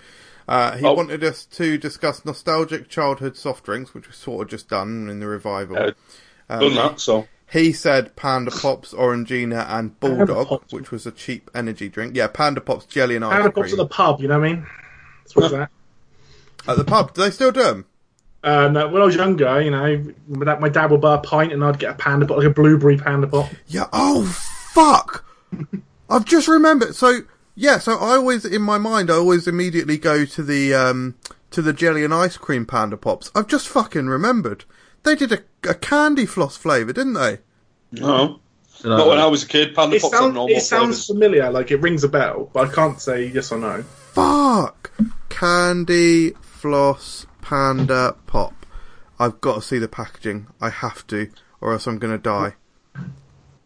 Uh, he
Oh.
wanted us to discuss nostalgic childhood soft drinks, which we sort of just done in the revival.
Uh,
Um,
Done that, so
He said Panda Pops, Orangina, and
Panda
Bulldog,
Pops.
which was a cheap energy drink. Yeah, Panda Pops, jelly, and ice
Panda
cream.
pops at the pub, you know what I mean? That's what's that.
At the pub, do they still do them?
Uh, no, when I was younger, you know, my dad- my dad would buy a pint and I'd get a panda pop, like a blueberry panda pop.
Yeah. Oh fuck! I've just remembered. So yeah. So I always in my mind, I always immediately go to the um to the jelly and ice cream Panda Pops. I've just fucking remembered. They did a, a candy floss flavour, didn't they?
no.
And
Not when I was a kid. Panda
It
pops on
sounds,
normal
it sounds
flavours.
familiar, like it rings a bell, but I can't say yes or no.
Fuck! Candy floss Panda Pop. I've got to see the packaging. I have to, or else I'm gonna die.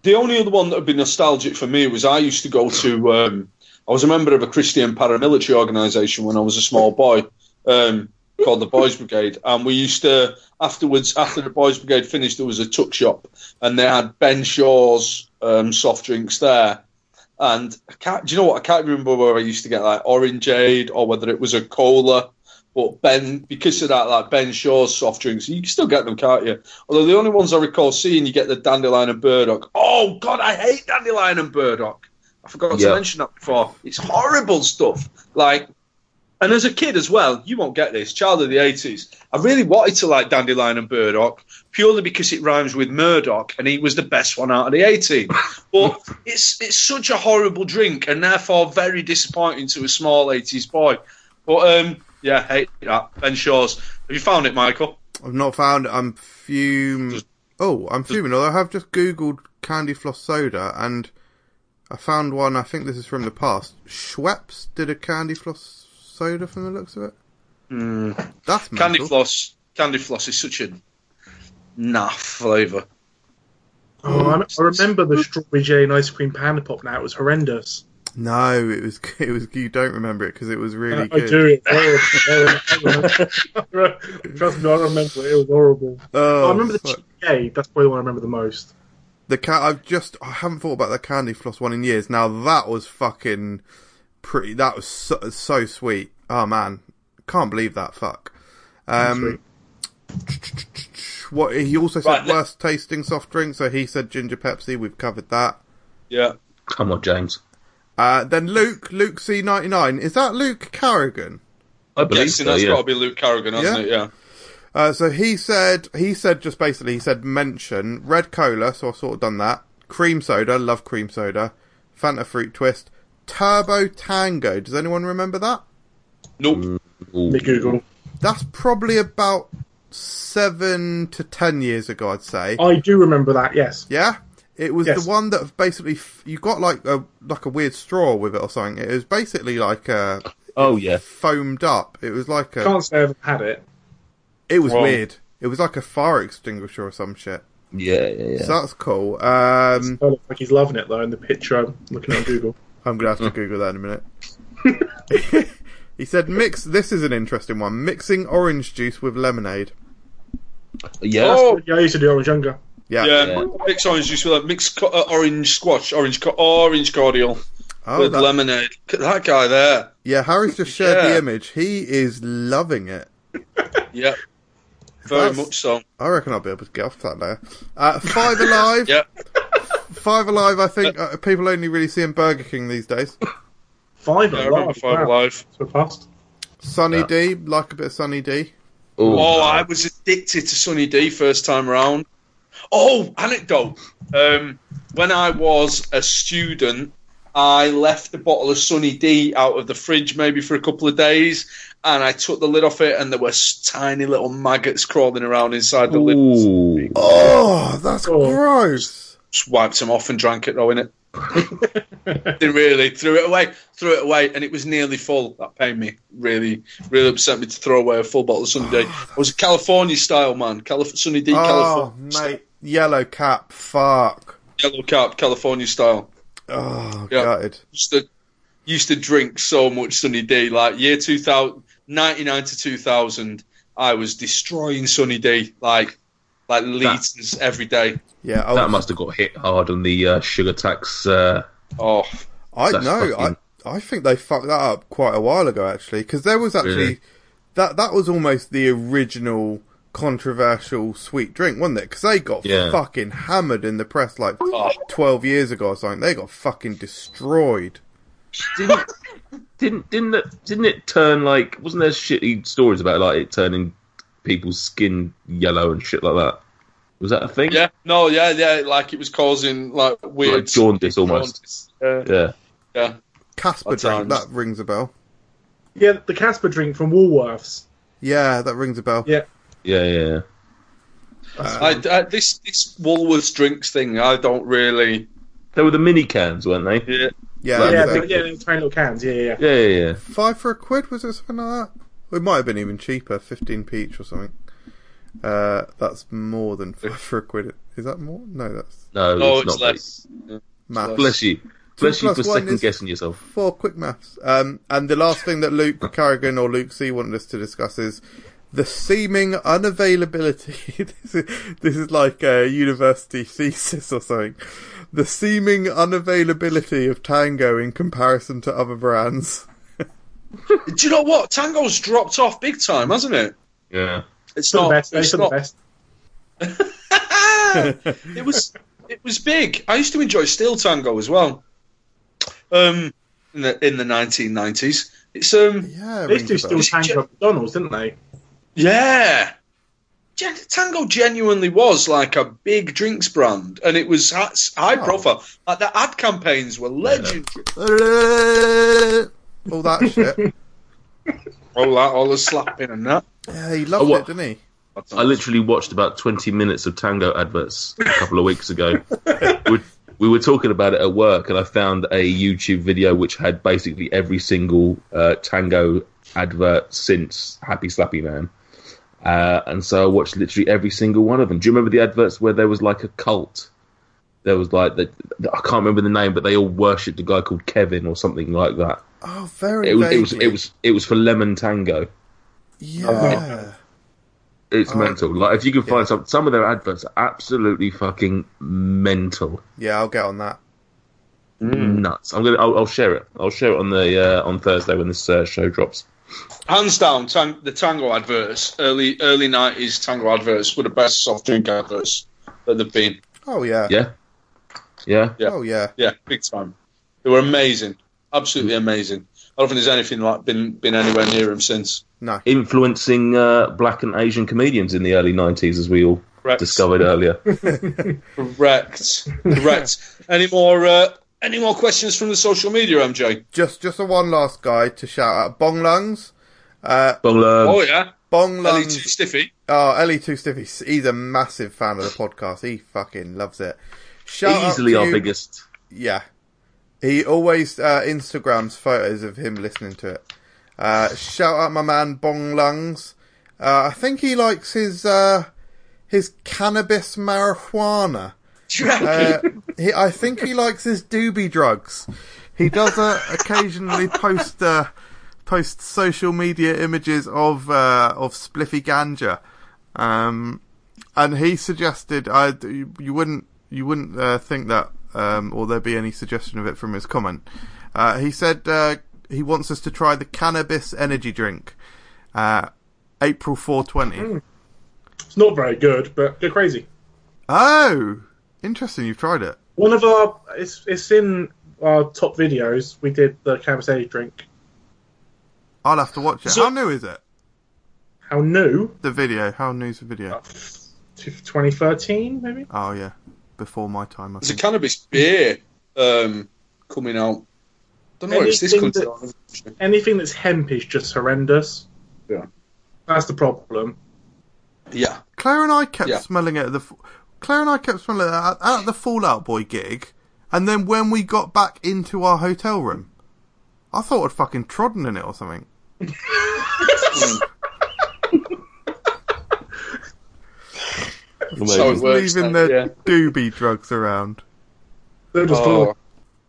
The only other one that would be nostalgic for me was I used to go to. Um, I was a member of a Christian paramilitary organisation when I was a small boy, um, called the Boys Brigade, and we used to afterwards after the Boys Brigade finished, there was a tuck shop, and they had Ben Shaw's um, soft drinks there. And I can't, do you know what? I can't remember where I used to get like orangeade or whether it was a cola. But Ben, because of that, like Ben Shaw's soft drinks, you can still get them, can't you? Although the only ones I recall seeing, you get the dandelion and burdock. Oh God, I hate dandelion and burdock. I forgot
Yeah.
to mention that before. It's horrible stuff. Like, and as a kid as well, you won't get this. Child of the eighties, I really wanted to like dandelion and burdock purely because it rhymes with Murdoch, and he was the best one out of the eighteen. But it's it's such a horrible drink, and therefore very disappointing to a small eighties boy. But um, yeah, hate that. Ben Shaw's. Have you found it, Michael?
I've not found it. I'm fume. Oh, I'm fuming. Although I have just googled candy floss soda and I found one. I think this is from the past. Schweppes did a candy floss soda from the looks of it.
Mm,
That's mental.
Candy floss. Candy floss is such a naff flavour.
Um, Oh, I, I remember the strawberry jelly and ice cream panda pop now. It was horrendous.
No, it was it was you don't remember it because it was really
Uh, I
good.
do. Trust me, I remember it. It was horrible.
Oh,
I remember the
fuck.
chicken gay. That's probably the one I remember the most.
The cat. I've just. I haven't thought about that candy floss one in years. Now that was fucking pretty. That was so, so sweet. Oh man, can't believe that. Fuck. Um, what he also said
Right, let-
worst tasting soft drink. So he said ginger Pepsi. We've covered that.
Yeah.
Come on, James.
Uh, then Luke, Luke C ninety nine. Is that Luke Carrigan?
I
I'm
believe
guessing
so,
that's
yeah.
got to be Luke Carrigan, hasn't it? Yeah.
Uh, so he said, he said just basically, he said mention red cola, so I've sort of done that. Cream soda, love cream soda. Fanta fruit twist. Turbo Tango. Does anyone remember that?
Nope.
Mm. Ooh.
The Google.
That's probably about seven to ten years ago, I'd say.
I do remember that. Yes.
Yeah, it was
Oh. Yes.
the one that basically f- you got like a like a weird straw with it or something. It was basically like a
Oh yeah.
foamed up. It was like a.
Can't say I've had it.
It was
Wrong.
weird. It was like a fire extinguisher or some shit.
Yeah, yeah, yeah.
So that's cool. Um,
It looks like he's loving it though in the picture. I'm looking at Google.
I'm gonna have to Google that in a minute. he said, "Mix." This is an interesting one. Mixing orange juice with lemonade.
yeah.
Oh,
Yeah, I used to do it when I was younger.
Yeah.
yeah. Mixed orange juice with a mixed co- uh, orange squash, orange co- orange cordial
Oh,
with
that,
lemonade. Look at That guy there.
yeah. Harry's just shared the
Yeah.
image. He is loving it.
Yeah. Very
That's-
much so.
I reckon I'll be able to get off that now. Uh, five alive.
Yeah.
Five alive. I think uh, people only really see in Burger King these days.
Five.
Yeah, I
Yeah,
remember Five Alive.
So fast.
Sunny
Yeah.
D, like a bit of Sunny D.
Ooh.
Oh, I was addicted to Sunny D first time round. Oh, anecdote. Um, when I was a student, I left a bottle of Sunny D out of the fridge maybe for a couple of days, and I took the lid off it, and there were s- tiny little maggots crawling around inside the lid.
Ooh.
Oh, that's
Oh.
gross.
Just wiped them off and drank it though, innit? Didn't really threw it away, threw it away, and it was nearly full. That pained me really, really upset me to throw away a full bottle of Sunny D. I was a California style man, Calif- Sunny D,
Oh,
California. style.
mate, yellow cap. Fuck.
yellow cap, California style.
Oh,
Yeah.
gutted.
Used to used to drink so much Sunny D. Like year 2000, 99 to two thousand, I was destroying Sunny D. Like like liters every day.
Yeah, I
That
was-
must have got hit hard on the uh, sugar tax. Uh,
Oh,
I
That's
know.
fucking-
I I think they fucked that up quite a while ago, actually, because there was actually
Really?
that that was almost the original controversial sweet drink, wasn't it? Because they got
Yeah.
fucking hammered in the press like
Oh.
twelve years ago or something. They got fucking destroyed.
didn't didn't didn't it, didn't it turn like? Wasn't there shitty stories about like it turning people's skin yellow and shit like that? Was that a thing?
yeah, no, yeah, yeah. Like it was causing like weird
Like jaundice almost.
jaundice. Yeah,
Yeah.
yeah.
Casper
What times?
drink that rings a bell.
Yeah, the Casper drink from Woolworths.
Yeah, that rings a bell.
Yeah.
Yeah, yeah, yeah.
I, I, this this Woolworths drinks thing, I don't really.
They were the mini cans, weren't they?
Yeah,
Yeah,
Like,
yeah,
so-
the, yeah, the tiny little cans. Yeah, yeah. yeah.
Yeah, yeah, yeah.
five for a quid was it something like that? It might have been even cheaper, fifteen peach or something. Uh, that's more than five for a quid. Is that more? No, that's
no,
No, it's,
Oh, it's
not.
less.
math.
Bless you. Bless you
plus
for
one
second
is-
guessing yourself.
four quick maths. Um, and the last thing that Luke Carrigan or Luke C wanted us to discuss is the seeming unavailability. this, is, this is like a university thesis or something. The seeming unavailability of Tango in comparison to other brands.
Do you know what? Tango's dropped off big time, hasn't it?
Yeah.
It's
For the
not.
best. eh,
It's
For the
not.
best.
it was it was big. I used to enjoy steel tango as well. Um, in the in the nineteen nineties, it's um
Yeah,
They used to
rings a bell.
still tank up McDonald's, didn't they?
yeah, Gen- tango genuinely was like a big drinks brand, and it was ha- high
Oh.
profile. Like the ad campaigns were legendary.
all that shit.
All that, all the slapping and that.
Yeah, he loved
Oh, what?
it, didn't he?
I literally watched about 20 minutes of Tango adverts a couple of weeks ago. we, we were talking about it at work, and I found a YouTube video which had basically every single uh, Tango advert since Happy Slappy Man. Uh, and so I watched literally every single one of them. Do you remember the adverts where there was like a cult? There was like the, I can't remember the name, but they all worshipped a guy called Kevin or something like that.
Oh, very.
It was it was
vaguely.
it was it was for Lemon Tango.
Yeah.
It's
Oh,
mental. Like if you can
yeah.
find some some of their adverts are absolutely fucking mental.
Yeah, I'll get on that.
Mm. Hmm.
Nuts. I'm gonna. I'll, I'll share it. I'll share it on the uh, on Thursday when this uh, show drops.
Hands down, tang- the Tango adverts, early early nineties Tango adverts were the best soft drink adverts that they've been.
Oh yeah.
Yeah. Yeah.
Yeah.
Oh yeah.
Yeah, big time. They were amazing, absolutely amazing. I don't think there's anything like been been anywhere near them since.
No.
Influencing uh, black and Asian comedians in the early '90s, as we all
Correct.
discovered earlier.
Correct. Correct. any more? Uh, any more questions from the social media, MJ?
Just just a one last guy to shout out. Bong lungs. Uh,
Bong
Oh
Lung.
yeah,
Bong
Ellie
lungs.
too stiffy.
Oh, Ellie Two Stiffy. He's a massive fan of the podcast. He fucking loves it. Shout out
easily
to
our
you-
biggest.
Yeah. He always uh, Instagrams photos of him listening to it. Uh, shout out my man Bong Lungs. Uh, I think he likes his uh, his cannabis marijuana. Uh, he, I think he likes his doobie drugs. He does uh, occasionally post uh, post social media images of uh, of spliffy ganja, um, and he suggested I you you wouldn't you wouldn't uh, think that um, or there be any suggestion of it from his comment. Uh, he said uh, he wants us to try the cannabis energy drink, uh, April four twenty.
It's not very good, but go crazy.
Oh, interesting! You've tried it.
One of our it's it's in our top videos. We did the Canvas Age drink.
I'll have to watch it.
So-
How new is it?
How new?
The video. How new's the
Uh,
video?
2013 maybe.
Oh yeah, before my time. I
There's a
think.
cannabis beer um, coming out. Don't know where it's this
Anything
country.
that's- Anything that's hemp is just horrendous.
Yeah.
That's the problem.
Yeah,
Claire and I kept
Yeah.
smelling it at the. f- Claire and I kept smelling it at, at the Fallout Boy gig, and then when we got back into our hotel room, I thought I'd fucking trodden in it or something.
that's how it
Amazing.
works.
Leaving
though,
the
yeah.
doobie drugs around.
They're just
Oh.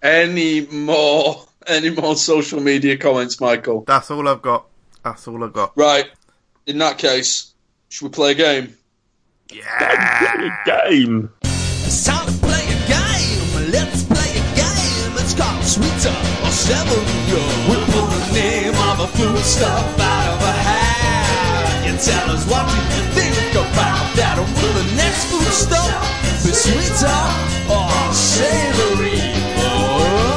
Any more? Any more social media comments, Michael?
That's all I've got. That's all I've got.
Right. In that case, should we play a game?
Game.
It's time to play a game. Let's play a game. It's called Sweeter or Severio. We pull the name of a food stuff out of a hat. You tell us what you think about that. And will the next food stuff be sweeter or savory? Oh.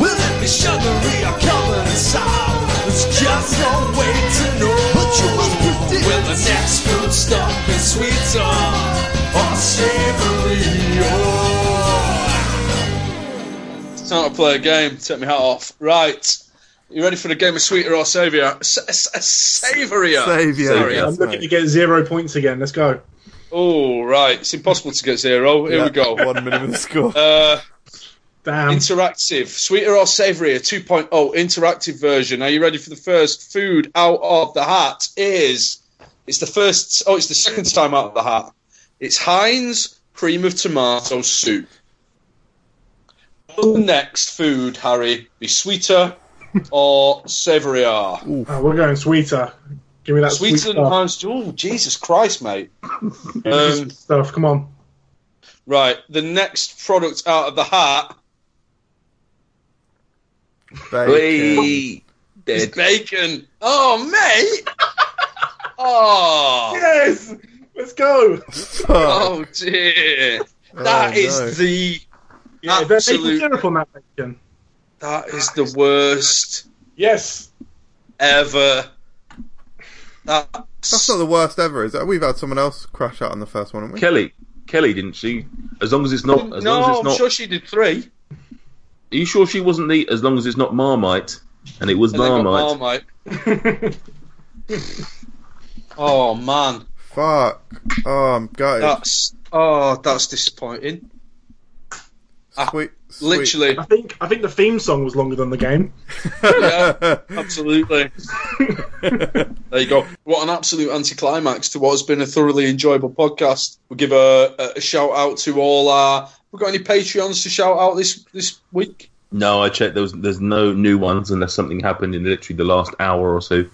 Or Will it be sugary or covered in salt? There's just no way to know. But you must predict will the next food stuff be sweeter or savory? oh.
It's time to play a game. Take my hat off. Right. You ready for the game of sweeter or saviour? S- s- s- Savouria.
Saviour.
Sorry.
I'm
Yes,
looking
mate.
to get zero points again. Let's go.
Oh, right. It's impossible to get zero. Here
Yeah,
we go.
One minimum score.
Uh,
Damn.
interactive. Sweeter or savoury, a 2.0 interactive version. Are you ready for the first food out of the hat? Is it's the first oh it's the second time out of the hat. It's Heinz cream of tomato soup. Will the next food, Harry, be sweeter or savourier?
Oh, we're going sweeter. Give me that sweet
Sweeter than
stuff.
Heinz. Oh, Jesus Christ, mate.
Sweet
Um,
stuff. Come on.
right, the next product out of the hat
Bacon.
is bacon. Oh, mate! oh!
Yes. Let's go.
Fuck.
Oh dear. That
Oh,
is
no.
the
Yeah, they're maple
absolute
syrup on that bacon.
that is the worst
Yes.
ever. That's,
That's not the worst ever, is it? We've had someone else crash out on the first one, haven't we?
Kelly. Kelly didn't she? As long as it's not. As long as
No,
it's
I'm
not.
sure she did three.
Are you sure she wasn't the? As long as it's not Marmite, and it was
And then got
Marmite.
Marmite. Oh man,
Fuck. Oh, I'm gutted.
that's oh that's disappointing.
sweet, sweet.
Literally,
I think I think the theme song was longer than the game.
yeah, absolutely. There you go. What an absolute anticlimax to what has been a thoroughly enjoyable podcast. We'll give a, a- a shout out to all our. We got any Patreons to shout out this this week?
No, I checked. There was, there's no new ones unless something happened in literally the last hour or so.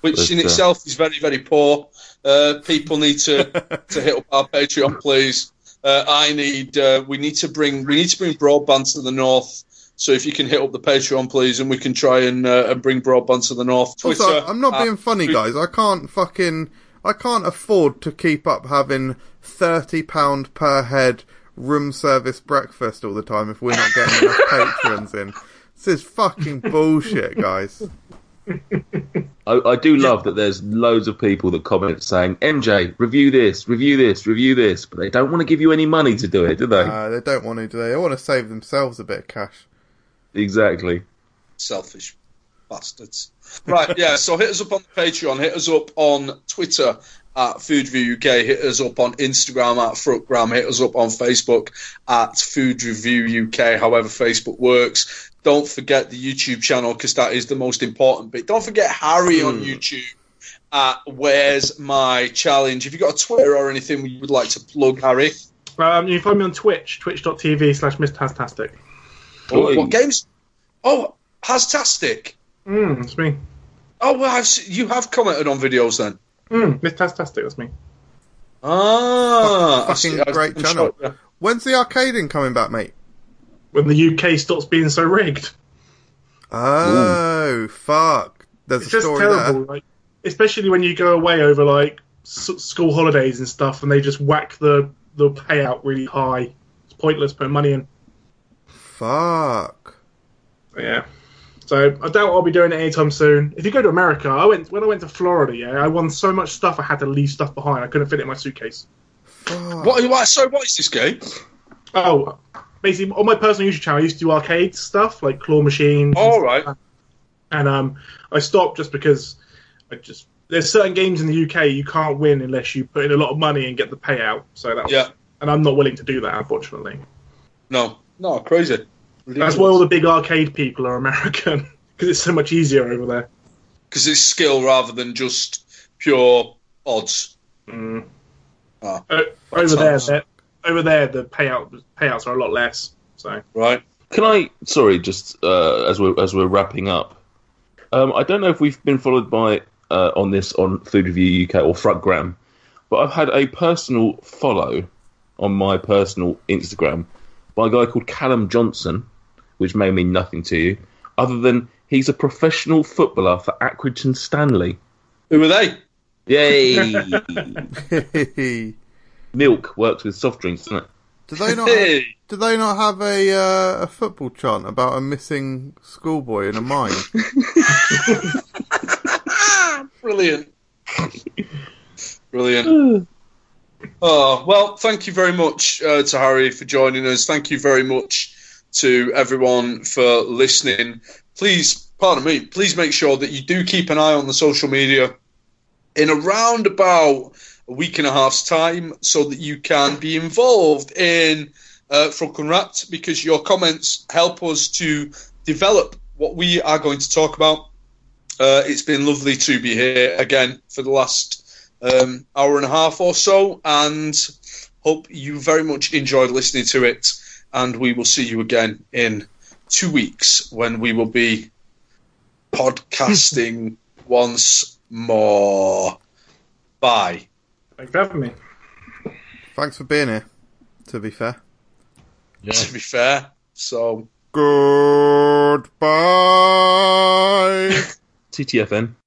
Which in
But, uh,
itself is very very poor. Uh, people need to to hit up our Patreon, please. Uh, I need. Uh, we need to bring. We need to bring broadband to the north. So if you can hit up the Patreon, please, and we can try and uh, and bring broadband to the north. Twitter.
Also,
uh,
I'm not
at-
being funny, guys. I can't fucking, I can't afford to keep up having thirty pound per head room service breakfast all the time if we're not getting enough patrons in. This is fucking bullshit, guys.
I, I do love that there's loads of people that comment saying, MJ, review this, review this, review this, but they don't want to give you any money to do it, do they?
Uh, they don't want to do. They want to save themselves a bit of cash.
exactly.
selfish bastards. Right, yeah, so hit us up on the Patreon, hit us up on Twitter at Food Review UK, hit us up on Instagram at Fruitgram, hit us up on Facebook at Food Review UK, however Facebook works. Don't forget the YouTube channel because that is the most important bit. Don't forget Harry on YouTube at Where's My Challenge. If you've got a Twitter or anything you would like to plug, Harry,
Um, you can find me on Twitch, twitch.tv slash MrTastastic.
what,
Oi.
what games? Oh, Hastastic.
Mm, that's me.
Oh, well, I've, se- you have commented on videos then.
Mm, MrTastastic, that's me.
Ah, I
Fucking
see. I-
great
I'm
channel.
sure- yeah.
When's the arcading coming back, mate?
When the UK stops being so rigged.
Oh fuck! There's
It's
a
just
story
terrible, like, especially when you go away over like s- school holidays and stuff, and they just whack the the payout really high. It's pointless putting money in.
there. Fuck.
Yeah. So I doubt I'll be doing it anytime soon. If you go to America, I went when I went to Florida. Yeah, I won so much stuff I had to leave stuff behind. I couldn't fit it in my suitcase.
Fuck.
What, what? So what is this game?
Oh, basically on my personal YouTube channel, I used to do arcade stuff like claw machines. and
All right.
and um, I stopped just because I just there's certain games in the UK you can't win unless you put in a lot of money and get the payout. So that was,
Yeah.
and I'm not willing to do that unfortunately.
No, no, crazy.
That's why all the big arcade people are American because it's so much easier over there.
Because it's skill rather than just pure odds.
O- over
sounds-
there, that- over there the payout payouts are a lot less. So
Right.
Can I? Sorry, just uh, as we're as we're wrapping up, um, I don't know if we've been followed by uh, on this on Food Review UK or Frutgram, but I've had a personal follow on my personal Instagram by a guy called Callum Johnson, which may mean nothing to you, other than he's a professional footballer for Accrington Stanley.
Who are they?
Yay!
Do
Milk works with soft drinks, doesn't it?
they not? Have,
Hey.
do they not have a uh, a football chant about a missing schoolboy in a mine?
Brilliant. Brilliant. Oh, well, thank you very much uh, to Harry for joining us. Thank you very much to everyone for listening. Please, pardon me, please make sure that you do keep an eye on the social media in around about a week and a half's time so that you can be involved in uh, Frunken Wrapped because your comments help us to develop what we are going to talk about. Uh, it's been lovely to be here again for the last um, hour and a half or so, and hope you very much enjoyed listening to it. And we will see you again in two weeks when we will be podcasting once more. Bye.
thanks for having me.
Thanks for being here. To be fair.
To be fair, so.
Goodbye.
TTFN.